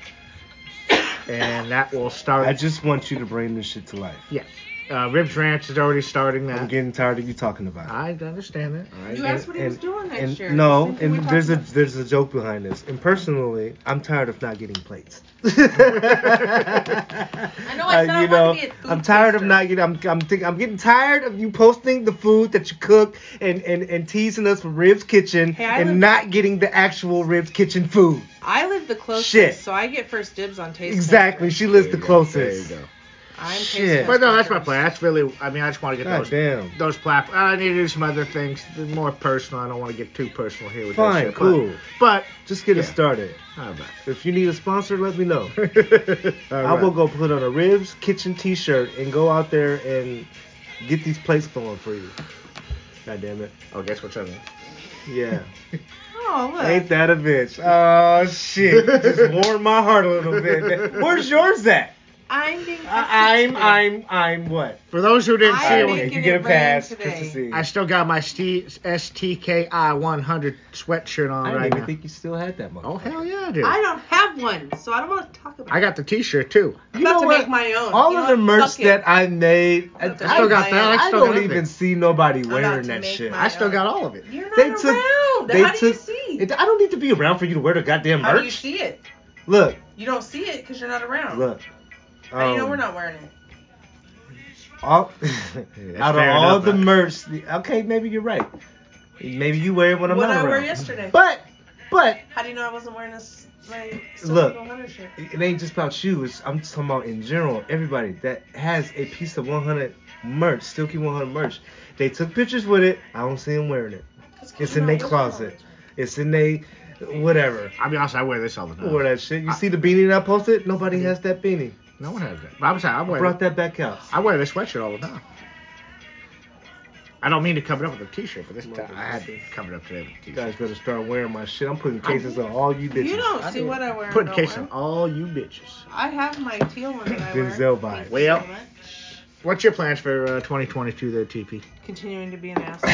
[SPEAKER 3] and that will start.
[SPEAKER 1] I just want you to bring this shit to life.
[SPEAKER 3] yeah, uh, Ribs Ranch is already starting that.
[SPEAKER 1] I'm getting tired of you talking about it.
[SPEAKER 3] I understand that.
[SPEAKER 1] All right?
[SPEAKER 2] You asked what he was doing next
[SPEAKER 1] and-
[SPEAKER 2] year.
[SPEAKER 1] No,
[SPEAKER 2] Didn't we
[SPEAKER 1] and
[SPEAKER 2] talk
[SPEAKER 1] there's a
[SPEAKER 2] about-
[SPEAKER 1] there's a joke behind this. And personally, I'm tired of not getting plates. Uh,
[SPEAKER 2] I know I said I
[SPEAKER 1] you
[SPEAKER 2] wanted
[SPEAKER 1] know,
[SPEAKER 2] to be a food
[SPEAKER 1] I'm tired of
[SPEAKER 2] poster.
[SPEAKER 1] not getting. I'm I'm, think, I'm getting tired of you posting the food that you cook and and, and teasing us for Ribs Kitchen
[SPEAKER 2] Hey, I
[SPEAKER 1] and
[SPEAKER 2] live-
[SPEAKER 1] not getting the actual Ribs Kitchen food.
[SPEAKER 2] I live the closest,
[SPEAKER 1] Shit.
[SPEAKER 2] so I get first dibs on taste.
[SPEAKER 1] Exactly, she lives the closest.
[SPEAKER 3] There you go.
[SPEAKER 2] tester. I'm taste
[SPEAKER 1] Shit.
[SPEAKER 2] tester
[SPEAKER 3] But no, that's my
[SPEAKER 2] first.
[SPEAKER 3] plan. That's really. I mean, I just want to get
[SPEAKER 1] God
[SPEAKER 3] those
[SPEAKER 1] damn.
[SPEAKER 3] those platforms. I need to do some other things. They're more personal. I don't want to get too personal here with that
[SPEAKER 1] Fine,
[SPEAKER 3] shit, but-
[SPEAKER 1] cool.
[SPEAKER 3] But,
[SPEAKER 1] Just get us
[SPEAKER 3] Yeah.
[SPEAKER 1] started.
[SPEAKER 3] all right.
[SPEAKER 1] If you need a sponsor, let me know.
[SPEAKER 3] All
[SPEAKER 1] I
[SPEAKER 3] right.
[SPEAKER 1] will go put on a ribs kitchen T-shirt and go out there and get these plates going for you. God damn it.
[SPEAKER 3] Oh, guess what's other?
[SPEAKER 1] Yeah.
[SPEAKER 2] Oh look.
[SPEAKER 1] Ain't that a bitch? Oh shit. Just warmed my heart a little bit. Where's yours at?
[SPEAKER 2] I'm being.
[SPEAKER 1] I, I'm
[SPEAKER 2] persistent.
[SPEAKER 1] I'm I'm what?
[SPEAKER 3] For those who didn't
[SPEAKER 2] I
[SPEAKER 3] see it,
[SPEAKER 2] think-
[SPEAKER 1] you
[SPEAKER 2] it
[SPEAKER 1] get a
[SPEAKER 2] rain
[SPEAKER 1] pass.
[SPEAKER 2] today.
[SPEAKER 1] Christmas
[SPEAKER 3] I
[SPEAKER 1] Eve.
[SPEAKER 3] still got my St- STKI 100 sweatshirt on
[SPEAKER 1] I didn't
[SPEAKER 3] right
[SPEAKER 1] even
[SPEAKER 3] now.
[SPEAKER 1] think you still had that much.
[SPEAKER 3] oh hell yeah, I do.
[SPEAKER 2] I
[SPEAKER 3] I,
[SPEAKER 2] don't have one, so I don't want to talk about. it.
[SPEAKER 3] got the T-shirt too.
[SPEAKER 2] I'm
[SPEAKER 1] You
[SPEAKER 2] about
[SPEAKER 1] know
[SPEAKER 2] to
[SPEAKER 1] what?
[SPEAKER 2] make my own.
[SPEAKER 1] All
[SPEAKER 2] You
[SPEAKER 1] of
[SPEAKER 2] know
[SPEAKER 1] the
[SPEAKER 2] what?
[SPEAKER 1] merch
[SPEAKER 2] Fuck it.
[SPEAKER 1] that I made, I,
[SPEAKER 2] I'm about to
[SPEAKER 1] I
[SPEAKER 2] make
[SPEAKER 3] still got
[SPEAKER 2] my
[SPEAKER 3] that.
[SPEAKER 1] I
[SPEAKER 2] own.
[SPEAKER 3] I still
[SPEAKER 1] don't
[SPEAKER 3] got
[SPEAKER 1] even
[SPEAKER 3] it.
[SPEAKER 1] see nobody
[SPEAKER 2] about
[SPEAKER 1] wearing
[SPEAKER 2] to
[SPEAKER 1] that
[SPEAKER 2] make
[SPEAKER 1] shit.
[SPEAKER 2] my
[SPEAKER 3] I still got all of it.
[SPEAKER 2] You're not
[SPEAKER 1] They
[SPEAKER 2] around.
[SPEAKER 1] took- they
[SPEAKER 2] How do you
[SPEAKER 1] took-
[SPEAKER 2] see?
[SPEAKER 1] It, I don't need to be around for you to wear the goddamn
[SPEAKER 2] How do you
[SPEAKER 1] merch.
[SPEAKER 2] see it?
[SPEAKER 1] Look,
[SPEAKER 2] You don't see it because you're not around.
[SPEAKER 1] look.
[SPEAKER 2] How do you know
[SPEAKER 1] um,
[SPEAKER 2] we're not wearing it?
[SPEAKER 1] All, out of
[SPEAKER 3] fair
[SPEAKER 1] all
[SPEAKER 3] enough,
[SPEAKER 1] the
[SPEAKER 3] but-
[SPEAKER 1] merch, the- okay, maybe you're right. Maybe you wear it when I'm
[SPEAKER 2] what
[SPEAKER 1] not
[SPEAKER 2] I
[SPEAKER 1] around.
[SPEAKER 2] wore yesterday.
[SPEAKER 1] But, but
[SPEAKER 2] How do you know I wasn't wearing this? My
[SPEAKER 1] Look.
[SPEAKER 2] look. shirt?
[SPEAKER 1] it ain't just about you. It's, I'm just talking about in general. Everybody that has a piece of 100 merch, still keep 100 merch. They took pictures with it. I don't see them wearing it.
[SPEAKER 2] That's 'cause
[SPEAKER 1] It's
[SPEAKER 2] you're
[SPEAKER 1] in their
[SPEAKER 2] not wearing
[SPEAKER 1] closet.
[SPEAKER 2] it.
[SPEAKER 1] It's in they whatever.
[SPEAKER 3] I'll be honest, I wear this all the time.
[SPEAKER 1] Or that shit. You see the beanie that I posted? Nobody has that beanie.
[SPEAKER 3] No one has that. But I'm sorry, I wear
[SPEAKER 1] Brought that back out.
[SPEAKER 3] I wear this sweatshirt all the time. I don't mean to cover it up with a T-shirt, but this time I had to cover it up today with a
[SPEAKER 1] You
[SPEAKER 3] T-shirt.
[SPEAKER 1] guys better start wearing my shit. I'm putting cases on all you bitches.
[SPEAKER 2] You don't
[SPEAKER 3] I
[SPEAKER 2] see
[SPEAKER 3] do.
[SPEAKER 2] what I wear.
[SPEAKER 3] Putting
[SPEAKER 2] no
[SPEAKER 3] case
[SPEAKER 2] wear.
[SPEAKER 3] on all you bitches.
[SPEAKER 2] I have my teal one that I wear.
[SPEAKER 1] Denzel vibes.
[SPEAKER 3] Well.
[SPEAKER 2] Teal one.
[SPEAKER 3] What's your plans for uh, 2022, there, TP?
[SPEAKER 2] Continuing to be an asshole.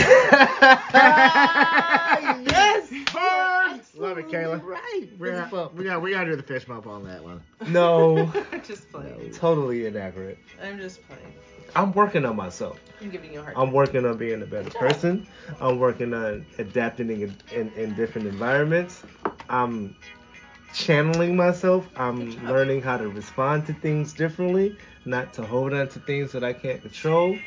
[SPEAKER 1] yes, Burns.
[SPEAKER 3] Love it, Kayla.
[SPEAKER 1] Right.
[SPEAKER 3] We got, we got we got to do the fist bump on that one.
[SPEAKER 1] No,
[SPEAKER 2] just playing.
[SPEAKER 1] totally inaccurate.
[SPEAKER 2] I'm just playing.
[SPEAKER 1] I'm working on myself.
[SPEAKER 2] I'm giving you a hard time.
[SPEAKER 1] I'm working on being a better person. I'm working on adapting in, in, in different environments. I'm channeling myself. I'm
[SPEAKER 2] Good job.
[SPEAKER 1] learning how to respond to things differently, not to hold on to things that I can't control.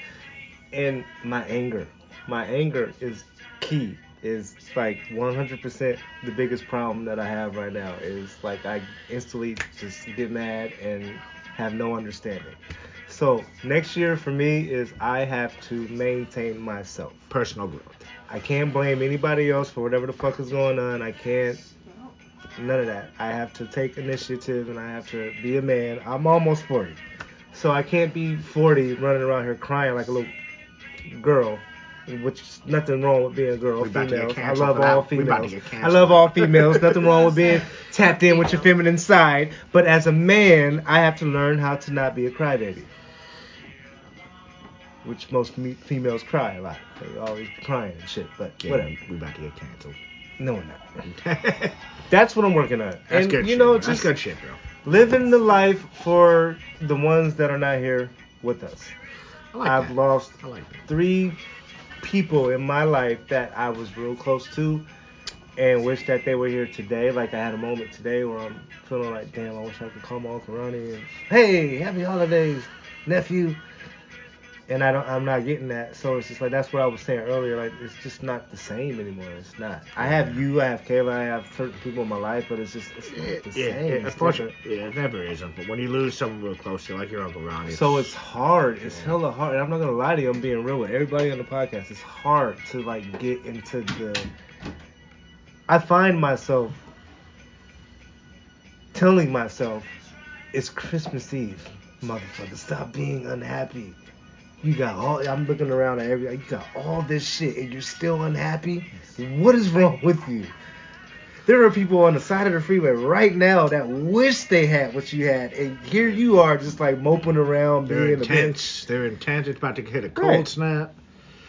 [SPEAKER 1] And my anger. My anger is key. Is like 100% the biggest problem that I have right now. Is like I instantly just get mad and have no understanding. So next year for me is I have to maintain myself.
[SPEAKER 3] Personal growth.
[SPEAKER 1] I can't blame anybody else for whatever the fuck is going on. I can't none of that. I have to take initiative and I have to be a man. I'm almost 40. So I can't be 40 running around here crying like a little girl which is nothing wrong with being a girl,
[SPEAKER 3] We about to
[SPEAKER 1] female.
[SPEAKER 3] get
[SPEAKER 1] I
[SPEAKER 3] canceled
[SPEAKER 1] love
[SPEAKER 3] for that.
[SPEAKER 1] all
[SPEAKER 3] We about to
[SPEAKER 1] females.
[SPEAKER 3] get
[SPEAKER 1] I
[SPEAKER 3] canceled.
[SPEAKER 1] love all females. nothing wrong with being tapped in with your
[SPEAKER 2] Female.
[SPEAKER 1] feminine side. But as a man, I have to learn how to not be a crybaby. Which most me- females cry a lot. They always crying and shit. But
[SPEAKER 3] Yeah,
[SPEAKER 1] whatever.
[SPEAKER 3] We about to get canceled.
[SPEAKER 1] No, we're not.
[SPEAKER 3] That's
[SPEAKER 1] That's what I'm working on. and
[SPEAKER 3] good.
[SPEAKER 1] you
[SPEAKER 3] shit,
[SPEAKER 1] know,
[SPEAKER 3] bro.
[SPEAKER 1] just
[SPEAKER 3] That's good shit, bro.
[SPEAKER 1] living the life for the ones that are not here with us.
[SPEAKER 3] I like
[SPEAKER 1] I've
[SPEAKER 3] that.
[SPEAKER 1] lost
[SPEAKER 3] I like that.
[SPEAKER 1] three people in my life that I was real close to and wish that they were here today. Like I had a moment today where I'm feeling like, damn, I wish I could call my Uncle Ronnie and hey, happy holidays, nephew. And I don't I'm not getting that. So it's just like that's what I was saying earlier, like it's just not the same anymore. It's not. I have you, I have Kayla, I have certain people in my life, but it's just it's
[SPEAKER 3] It,
[SPEAKER 1] not the
[SPEAKER 3] yeah,
[SPEAKER 1] same.
[SPEAKER 3] it,
[SPEAKER 1] It's
[SPEAKER 3] unfortunately,
[SPEAKER 1] different.
[SPEAKER 3] yeah, it never isn't. But when you lose someone real close to you, like your Uncle Ronnie,
[SPEAKER 1] So it's hard. It's hella hard. And I'm not gonna lie to you. I'm being real with everybody on the podcast. It's hard to like get into the. I find myself telling myself, "It's Christmas Eve, motherfucker. Stop being unhappy. You got all. I'm looking around at every. You got all this shit, and you're still unhappy. What is wrong with you?" There are people on the side of the freeway right now that wish they had what you had, and here you are just like moping around,
[SPEAKER 3] they're
[SPEAKER 1] being a bitch.
[SPEAKER 3] intense. They're intense. It's about to hit a cold
[SPEAKER 1] Right.
[SPEAKER 3] snap.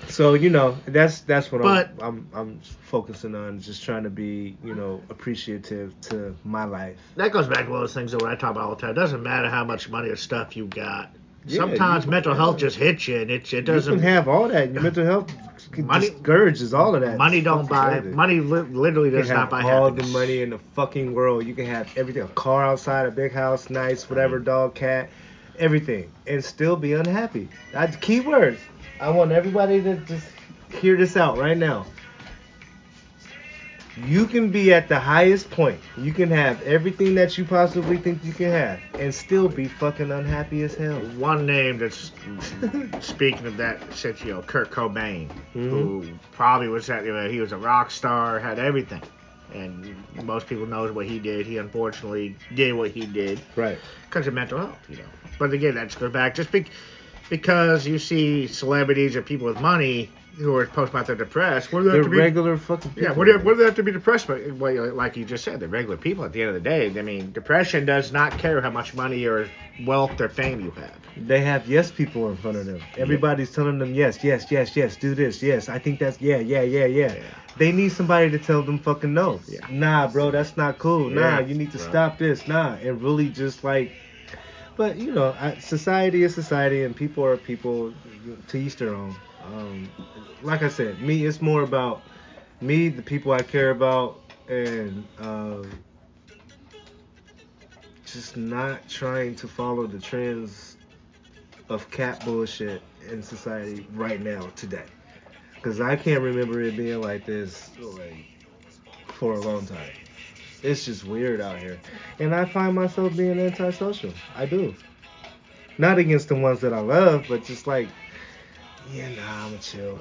[SPEAKER 1] So you know that's that's what
[SPEAKER 3] But-
[SPEAKER 1] I'm, I'm I'm focusing on, just trying to be you know appreciative to my life.
[SPEAKER 3] That goes back to one of those things that I talk about all the time. It doesn't matter how much money or stuff you got.
[SPEAKER 1] Yeah,
[SPEAKER 3] Sometimes
[SPEAKER 1] you-
[SPEAKER 3] mental health just hits you, and it it
[SPEAKER 1] you
[SPEAKER 3] doesn't.
[SPEAKER 1] can have all that. Your mental health
[SPEAKER 3] Money-
[SPEAKER 1] money, discourages all of that.
[SPEAKER 3] money
[SPEAKER 1] It's
[SPEAKER 3] don't
[SPEAKER 1] fucking
[SPEAKER 3] buy.
[SPEAKER 1] crazy.
[SPEAKER 3] Money li- literally
[SPEAKER 1] You
[SPEAKER 3] does
[SPEAKER 1] can
[SPEAKER 3] not
[SPEAKER 1] have
[SPEAKER 3] buy
[SPEAKER 1] all
[SPEAKER 3] happiness.
[SPEAKER 1] the money in the fucking world. You can have everything: a car outside, a big house, nice, whatever, dog, cat, everything, and still be unhappy. I, key words. I want everybody to just hear this out right now. You can be at the highest point. You can have everything that you possibly think you can have, and still be fucking unhappy as hell.
[SPEAKER 3] One name that's speaking of that shit, you know, Kurt Cobain,
[SPEAKER 1] Mm-hmm.
[SPEAKER 3] who probably was at, you know, he was a rock star, had everything, and most people knows what he did. He unfortunately did what he did
[SPEAKER 1] Right.
[SPEAKER 3] because of mental health, you know. But again, that's goes back just be- because you see celebrities or people with money who are posting about they're depressed. What do they
[SPEAKER 1] They're
[SPEAKER 3] have to be?
[SPEAKER 1] regular fucking people.
[SPEAKER 3] Yeah, what do, what do they have to be depressed by? Well, you- like you just said, they're regular people at the end of the day. I mean, depression does not care how much money or wealth or fame you have.
[SPEAKER 1] They have yes people in front of them. Everybody's telling them yes, yes, yes, yes, do this, yes. I think that's yeah, yeah, yeah, yeah.
[SPEAKER 3] Yeah.
[SPEAKER 1] They need somebody to tell them fucking no.
[SPEAKER 3] Yeah.
[SPEAKER 1] Nah, bro, that's not cool. Nah,
[SPEAKER 3] Yeah,
[SPEAKER 1] you need to
[SPEAKER 3] bro.
[SPEAKER 1] stop this. Nah, and really just like, but you know, I, society is society and people are people. To each their own. Um, like I said, me, it's more about me, the people I care about, and. Uh, just not trying to follow the trends of cat bullshit in society right now today because i can't remember it being like this like for a long time it's just weird out here and i find myself being antisocial i do not against the ones that i love but just like yeah nah i'm a chill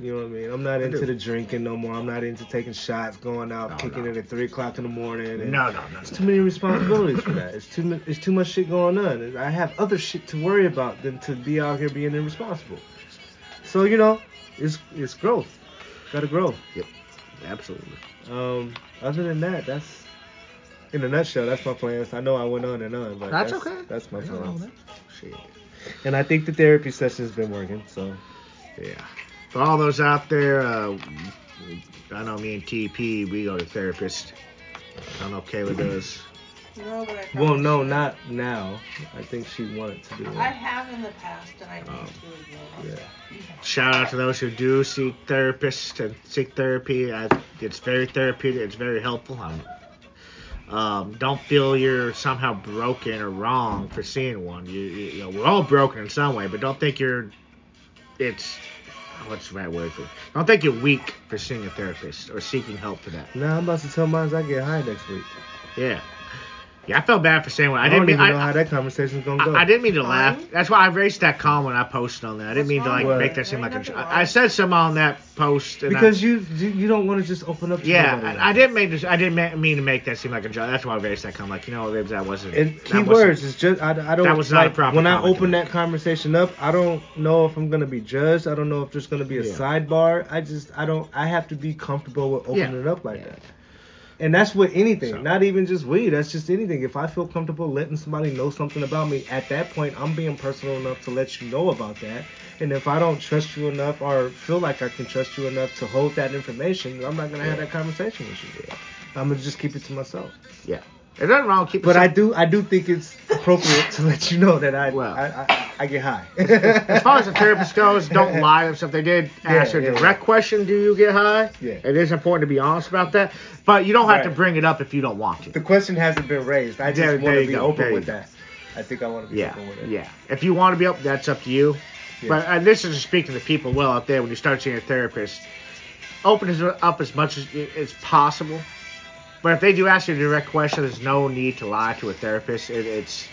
[SPEAKER 1] you know what I mean? I'm not into
[SPEAKER 3] do.
[SPEAKER 1] the drinking no more. I'm not into taking shots, going out,
[SPEAKER 3] No,
[SPEAKER 1] kicking
[SPEAKER 3] no.
[SPEAKER 1] it at three o'clock in the morning. and-
[SPEAKER 3] No, no, no.
[SPEAKER 1] it's too many responsibilities for that. It's too mu- it's too much shit going on. And I have other shit to worry about than to be out here being irresponsible. So you know, it's it's growth. Gotta grow.
[SPEAKER 3] Absolutely.
[SPEAKER 1] Um, other than that, that's in a nutshell. That's my plans. I know I went on and on, but
[SPEAKER 3] That's okay.
[SPEAKER 1] That's my
[SPEAKER 3] Yeah, well,
[SPEAKER 1] plans.
[SPEAKER 3] that- Shit.
[SPEAKER 1] And I think the therapy session's been working. So
[SPEAKER 3] Yeah. For all those out there, uh, I know me and TP, we go to therapists. I don't know if Kayla does.
[SPEAKER 2] No, but I haven't.
[SPEAKER 1] well, no, not now. I think she wanted to do
[SPEAKER 2] I
[SPEAKER 1] it.
[SPEAKER 2] have in the past, and I need
[SPEAKER 3] Oh.
[SPEAKER 2] to
[SPEAKER 1] Yeah.
[SPEAKER 2] again.
[SPEAKER 3] Shout out to those who do seek therapists and seek therapy. I, it's very therapeutic. It's very helpful. Um, um, don't feel you're somehow broken or wrong for seeing one. You, you, you know, we're all broken in some way, but don't think you're. It's what's the right word for? It? Don't think you're weak for seeing a therapist or seeking help for that.
[SPEAKER 1] Now I'm about to tell mine I get high next week.
[SPEAKER 3] Yeah. Yeah, I felt bad for saying what I
[SPEAKER 1] I,
[SPEAKER 3] didn't
[SPEAKER 1] don't
[SPEAKER 3] mean.
[SPEAKER 1] even know
[SPEAKER 3] I,
[SPEAKER 1] how that conversation's gonna go.
[SPEAKER 3] I, I didn't mean to laugh.
[SPEAKER 2] Fine.
[SPEAKER 3] That's why I raised that comment when I posted on that. I didn't
[SPEAKER 2] What's
[SPEAKER 3] mean to
[SPEAKER 2] wrong
[SPEAKER 3] like
[SPEAKER 1] with
[SPEAKER 3] make
[SPEAKER 1] it?
[SPEAKER 3] that seem
[SPEAKER 2] There
[SPEAKER 3] like
[SPEAKER 2] ain't
[SPEAKER 3] a.
[SPEAKER 2] nothing
[SPEAKER 3] I, I said some on that post and I-
[SPEAKER 1] because you, you you don't want to just open up. To
[SPEAKER 3] yeah,
[SPEAKER 1] nobody.
[SPEAKER 3] I, I didn't make this. I didn't ma- mean to make that seem like a joke. That's why I raised that comment. Like you know, Ribs, that wasn't.
[SPEAKER 1] And
[SPEAKER 3] that wasn't-
[SPEAKER 1] keywords is just I, I don't.
[SPEAKER 3] That was not a
[SPEAKER 1] like,
[SPEAKER 3] proper
[SPEAKER 1] When I
[SPEAKER 3] comment.
[SPEAKER 1] open that conversation up, I don't know if I'm gonna be judged. I don't know if there's gonna be a
[SPEAKER 3] Yeah.
[SPEAKER 1] sidebar. I just I don't. I have to be comfortable with opening
[SPEAKER 3] Yeah.
[SPEAKER 1] it up like
[SPEAKER 3] Yeah.
[SPEAKER 1] that. And that's with anything,
[SPEAKER 3] So-
[SPEAKER 1] not even just weed. That's just anything. If I feel comfortable letting somebody know something about me, at that point, I'm being personal enough to let you know about that. And if I don't trust you enough or feel like I can trust you enough to hold that information, I'm not gonna have that conversation with you. I'm gonna just keep it to myself.
[SPEAKER 3] Yeah, there's nothing wrong. with Keep.
[SPEAKER 1] But I do, I do think it's appropriate to let you know that I,
[SPEAKER 3] Well.
[SPEAKER 1] I, I, I get high.
[SPEAKER 3] As far as the therapist goes, don't lie and stuff. They did ask
[SPEAKER 1] Yeah,
[SPEAKER 3] a
[SPEAKER 1] yeah.
[SPEAKER 3] direct question, do you get high?
[SPEAKER 1] Yeah.
[SPEAKER 3] It is important to be honest about that. But you don't have to
[SPEAKER 1] Right.
[SPEAKER 3] bring it up if you don't want to.
[SPEAKER 1] the question hasn't been raised. I just
[SPEAKER 3] There-
[SPEAKER 1] want
[SPEAKER 3] there
[SPEAKER 1] to
[SPEAKER 3] you
[SPEAKER 1] be
[SPEAKER 3] go, there
[SPEAKER 1] open
[SPEAKER 3] you
[SPEAKER 1] with
[SPEAKER 3] go.
[SPEAKER 1] that. I think I want to be
[SPEAKER 3] Yeah.
[SPEAKER 1] open with it.
[SPEAKER 3] Yeah. If you want to be up, that's up to you.
[SPEAKER 1] Yeah.
[SPEAKER 3] But uh, and this is speaking to people well out there when you start seeing a therapist. Open it up as much as, as possible. But if they do ask you a direct question, there's no need to lie to a therapist. It, it's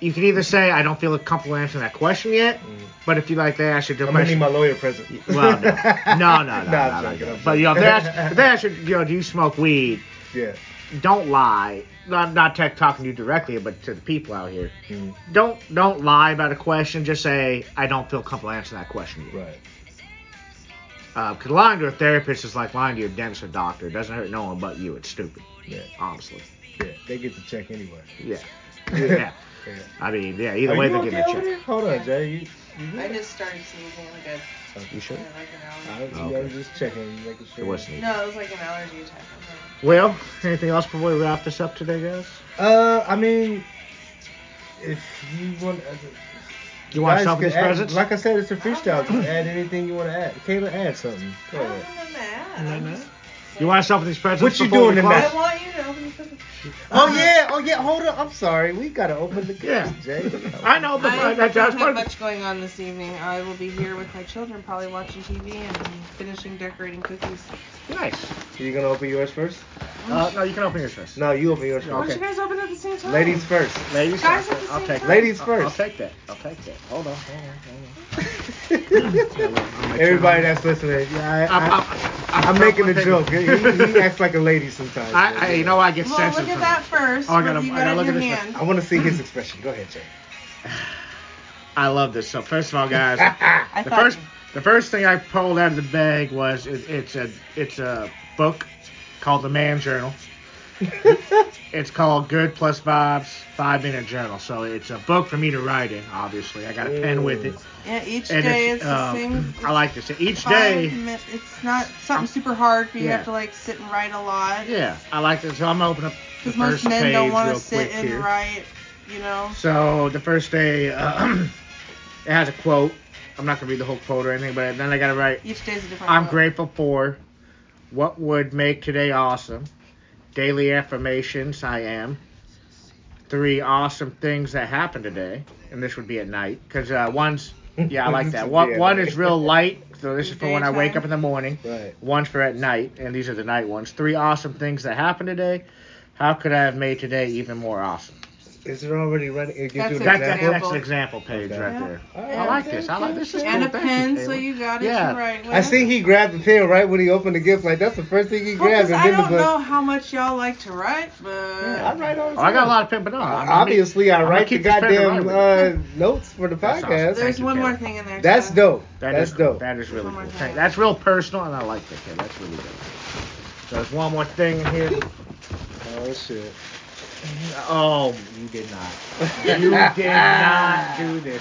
[SPEAKER 3] you can either say I don't feel comfortable answering that question yet, but if you like they ask you a
[SPEAKER 1] I'm
[SPEAKER 3] direct
[SPEAKER 1] gonna
[SPEAKER 3] question,
[SPEAKER 1] need my lawyer present.
[SPEAKER 3] Well, no, no, no,
[SPEAKER 1] Nah,
[SPEAKER 3] no, no,
[SPEAKER 1] I'm
[SPEAKER 3] no, no,
[SPEAKER 1] joking, I'm
[SPEAKER 3] But you know, if they
[SPEAKER 1] joking.
[SPEAKER 3] ask, if they ask you, you know, do you smoke weed?
[SPEAKER 1] yeah.
[SPEAKER 3] Don't lie. Not not tech talking to you directly, but to the people out here.
[SPEAKER 1] Mm,
[SPEAKER 3] Don't don't lie about a question. Just say I don't feel comfortable answering that question. Because
[SPEAKER 1] right.
[SPEAKER 3] lying to a therapist is like lying to your dentist or doctor. It doesn't hurt no one but you. It's stupid,
[SPEAKER 1] Yeah.
[SPEAKER 3] honestly.
[SPEAKER 1] Yeah. They get the check anyway.
[SPEAKER 3] Yeah, yeah.
[SPEAKER 1] Yeah.
[SPEAKER 3] I mean, yeah. Either
[SPEAKER 1] Are
[SPEAKER 3] way,
[SPEAKER 1] you
[SPEAKER 3] they're
[SPEAKER 1] okay
[SPEAKER 3] getting a
[SPEAKER 1] over
[SPEAKER 3] check.
[SPEAKER 1] there? Hold on, Jay. You, you good?
[SPEAKER 2] I just started sneezing like a
[SPEAKER 3] You sure? Oh,
[SPEAKER 2] yeah, like an
[SPEAKER 1] I was,
[SPEAKER 2] allergy.
[SPEAKER 3] Okay.
[SPEAKER 1] I was just checking, making sure.
[SPEAKER 3] It wasn't.
[SPEAKER 2] No, it was like an allergy attack. I'm like,
[SPEAKER 3] Well, anything else before we wrap this up today, guys?
[SPEAKER 1] Uh, I mean, if you want, uh,
[SPEAKER 3] You want
[SPEAKER 1] guys
[SPEAKER 3] something
[SPEAKER 1] can
[SPEAKER 3] as
[SPEAKER 1] add-
[SPEAKER 3] presents?
[SPEAKER 1] Like I said, it's a freestyle. You can add anything you want to add. Kayla, add something. Go
[SPEAKER 3] Oh,
[SPEAKER 2] I don't
[SPEAKER 1] ahead.
[SPEAKER 2] know that. I'm just-
[SPEAKER 3] You want to sell for these presents?
[SPEAKER 1] What you
[SPEAKER 3] before we
[SPEAKER 1] doing
[SPEAKER 3] close?
[SPEAKER 1] tonight?
[SPEAKER 2] I want you to open the cookie.
[SPEAKER 1] Oh yeah, oh yeah. Hold on. I'm sorry. We gotta open the
[SPEAKER 3] Yeah.
[SPEAKER 1] gate, Jay.
[SPEAKER 3] I know, but
[SPEAKER 2] I
[SPEAKER 3] that,
[SPEAKER 2] don't
[SPEAKER 3] that's
[SPEAKER 2] have
[SPEAKER 3] part of
[SPEAKER 2] much going on this evening. I will be here with my children, probably watching TV and finishing decorating cookies.
[SPEAKER 3] Nice.
[SPEAKER 1] Are you gonna open yours first?
[SPEAKER 3] Uh, no, you can open yours first.
[SPEAKER 1] No, you open yours
[SPEAKER 2] Why
[SPEAKER 1] first.
[SPEAKER 2] don't you guys open at the same time?
[SPEAKER 1] Ladies first.
[SPEAKER 3] Ladies
[SPEAKER 2] Guys
[SPEAKER 3] first.
[SPEAKER 2] at the
[SPEAKER 3] I'll
[SPEAKER 2] same
[SPEAKER 3] take
[SPEAKER 2] time.
[SPEAKER 1] Ladies
[SPEAKER 3] I'll- I'll
[SPEAKER 1] first.
[SPEAKER 3] take that. I'll take that. Hold on. Hold on. Hold on. I'll make sure
[SPEAKER 1] Everybody
[SPEAKER 3] I'm-
[SPEAKER 1] that's listening, yeah, I,
[SPEAKER 3] I'm,
[SPEAKER 1] I,
[SPEAKER 3] I'm-
[SPEAKER 1] I'm
[SPEAKER 3] I'm
[SPEAKER 1] making a
[SPEAKER 3] taking-
[SPEAKER 1] joke. He, he acts like a lady sometimes.
[SPEAKER 3] I, I, you know, I get
[SPEAKER 2] Well, look
[SPEAKER 3] sensitive.
[SPEAKER 2] at
[SPEAKER 3] from-
[SPEAKER 2] that first.
[SPEAKER 3] Oh, I gotta-
[SPEAKER 2] what you
[SPEAKER 3] I
[SPEAKER 2] got
[SPEAKER 3] gotta
[SPEAKER 2] in
[SPEAKER 3] look
[SPEAKER 2] your
[SPEAKER 3] at this
[SPEAKER 2] hand.
[SPEAKER 1] I want to see his expression. Go ahead, Jay.
[SPEAKER 3] I love this. So first of all, guys,
[SPEAKER 2] I
[SPEAKER 3] the
[SPEAKER 2] thought
[SPEAKER 3] first, the first thing I pulled out of the bag was it, it's a it's a book called The Man Journal. it's called Good Plus Vibes Five Minute Journal. So it's a book for me to write in. Obviously, I got a pen with it.
[SPEAKER 2] Yeah, each
[SPEAKER 3] And
[SPEAKER 2] day
[SPEAKER 3] it's,
[SPEAKER 2] it's the
[SPEAKER 3] um,
[SPEAKER 2] same.
[SPEAKER 3] I like this. Each
[SPEAKER 2] five
[SPEAKER 3] day,
[SPEAKER 2] min- It's not something super hard for you
[SPEAKER 3] Yeah.
[SPEAKER 2] have to like sit and write a lot.
[SPEAKER 3] yeah, I like this. So I'm gonna open up the
[SPEAKER 2] Because most
[SPEAKER 3] first
[SPEAKER 2] men
[SPEAKER 3] page
[SPEAKER 2] don't want
[SPEAKER 3] real
[SPEAKER 2] to sit
[SPEAKER 3] quick
[SPEAKER 2] and
[SPEAKER 3] here.
[SPEAKER 2] write, you know.
[SPEAKER 3] So the first day, uh, it has a quote. I'm not gonna read the whole quote or anything, but then I gotta write.
[SPEAKER 2] Each day's a different.
[SPEAKER 3] I'm
[SPEAKER 2] book.
[SPEAKER 3] grateful for what would make today awesome. Daily affirmations I am. Three awesome things that happened today, and this would be at night because uh, one's yeah I like that. One
[SPEAKER 1] Yeah.
[SPEAKER 3] one is real light, so this is for when I wake up in the morning.
[SPEAKER 1] Right.
[SPEAKER 3] One's for at night, and these are the night ones. Three awesome things that happened today. How could I have made today even more awesome?
[SPEAKER 1] Is it already running? It gives
[SPEAKER 2] That's
[SPEAKER 1] you an
[SPEAKER 2] it.
[SPEAKER 1] example.
[SPEAKER 3] That's, that's,
[SPEAKER 2] Example.
[SPEAKER 3] that's an example page
[SPEAKER 1] Okay.
[SPEAKER 3] right
[SPEAKER 2] Yeah.
[SPEAKER 3] there.
[SPEAKER 1] Yeah.
[SPEAKER 3] I like this. I like this. is
[SPEAKER 2] And a
[SPEAKER 3] cool. Thank you,
[SPEAKER 2] pen, so
[SPEAKER 3] Taylor.
[SPEAKER 2] you got it.
[SPEAKER 3] Yeah.
[SPEAKER 2] You write.
[SPEAKER 1] I think he grabbed the pen right when he opened the gift. Like that's the first thing he grabbed.
[SPEAKER 2] I
[SPEAKER 1] and then
[SPEAKER 2] don't
[SPEAKER 1] the
[SPEAKER 2] know
[SPEAKER 1] book.
[SPEAKER 2] how much y'all like to write, but
[SPEAKER 1] I write all the
[SPEAKER 3] Oh, I got
[SPEAKER 1] time.
[SPEAKER 3] a lot of pen, but no. I mean,
[SPEAKER 1] Obviously, I
[SPEAKER 3] I'm gonna
[SPEAKER 1] write the
[SPEAKER 3] keep this pen and
[SPEAKER 1] goddamn
[SPEAKER 3] write
[SPEAKER 1] uh, notes for the
[SPEAKER 3] That's awesome.
[SPEAKER 1] podcast.
[SPEAKER 2] there's
[SPEAKER 3] you,
[SPEAKER 2] one
[SPEAKER 3] Taylor.
[SPEAKER 2] more thing in there.
[SPEAKER 1] That's
[SPEAKER 2] so-
[SPEAKER 1] dope.
[SPEAKER 3] That
[SPEAKER 1] that's
[SPEAKER 3] is cool.
[SPEAKER 1] dope.
[SPEAKER 3] That is really
[SPEAKER 2] One more
[SPEAKER 3] cool.
[SPEAKER 2] time.
[SPEAKER 3] That's real personal, and I like that. Kid. That's really good. So there's one more thing in here.
[SPEAKER 1] oh shit.
[SPEAKER 3] Oh, you did not. You did not do this.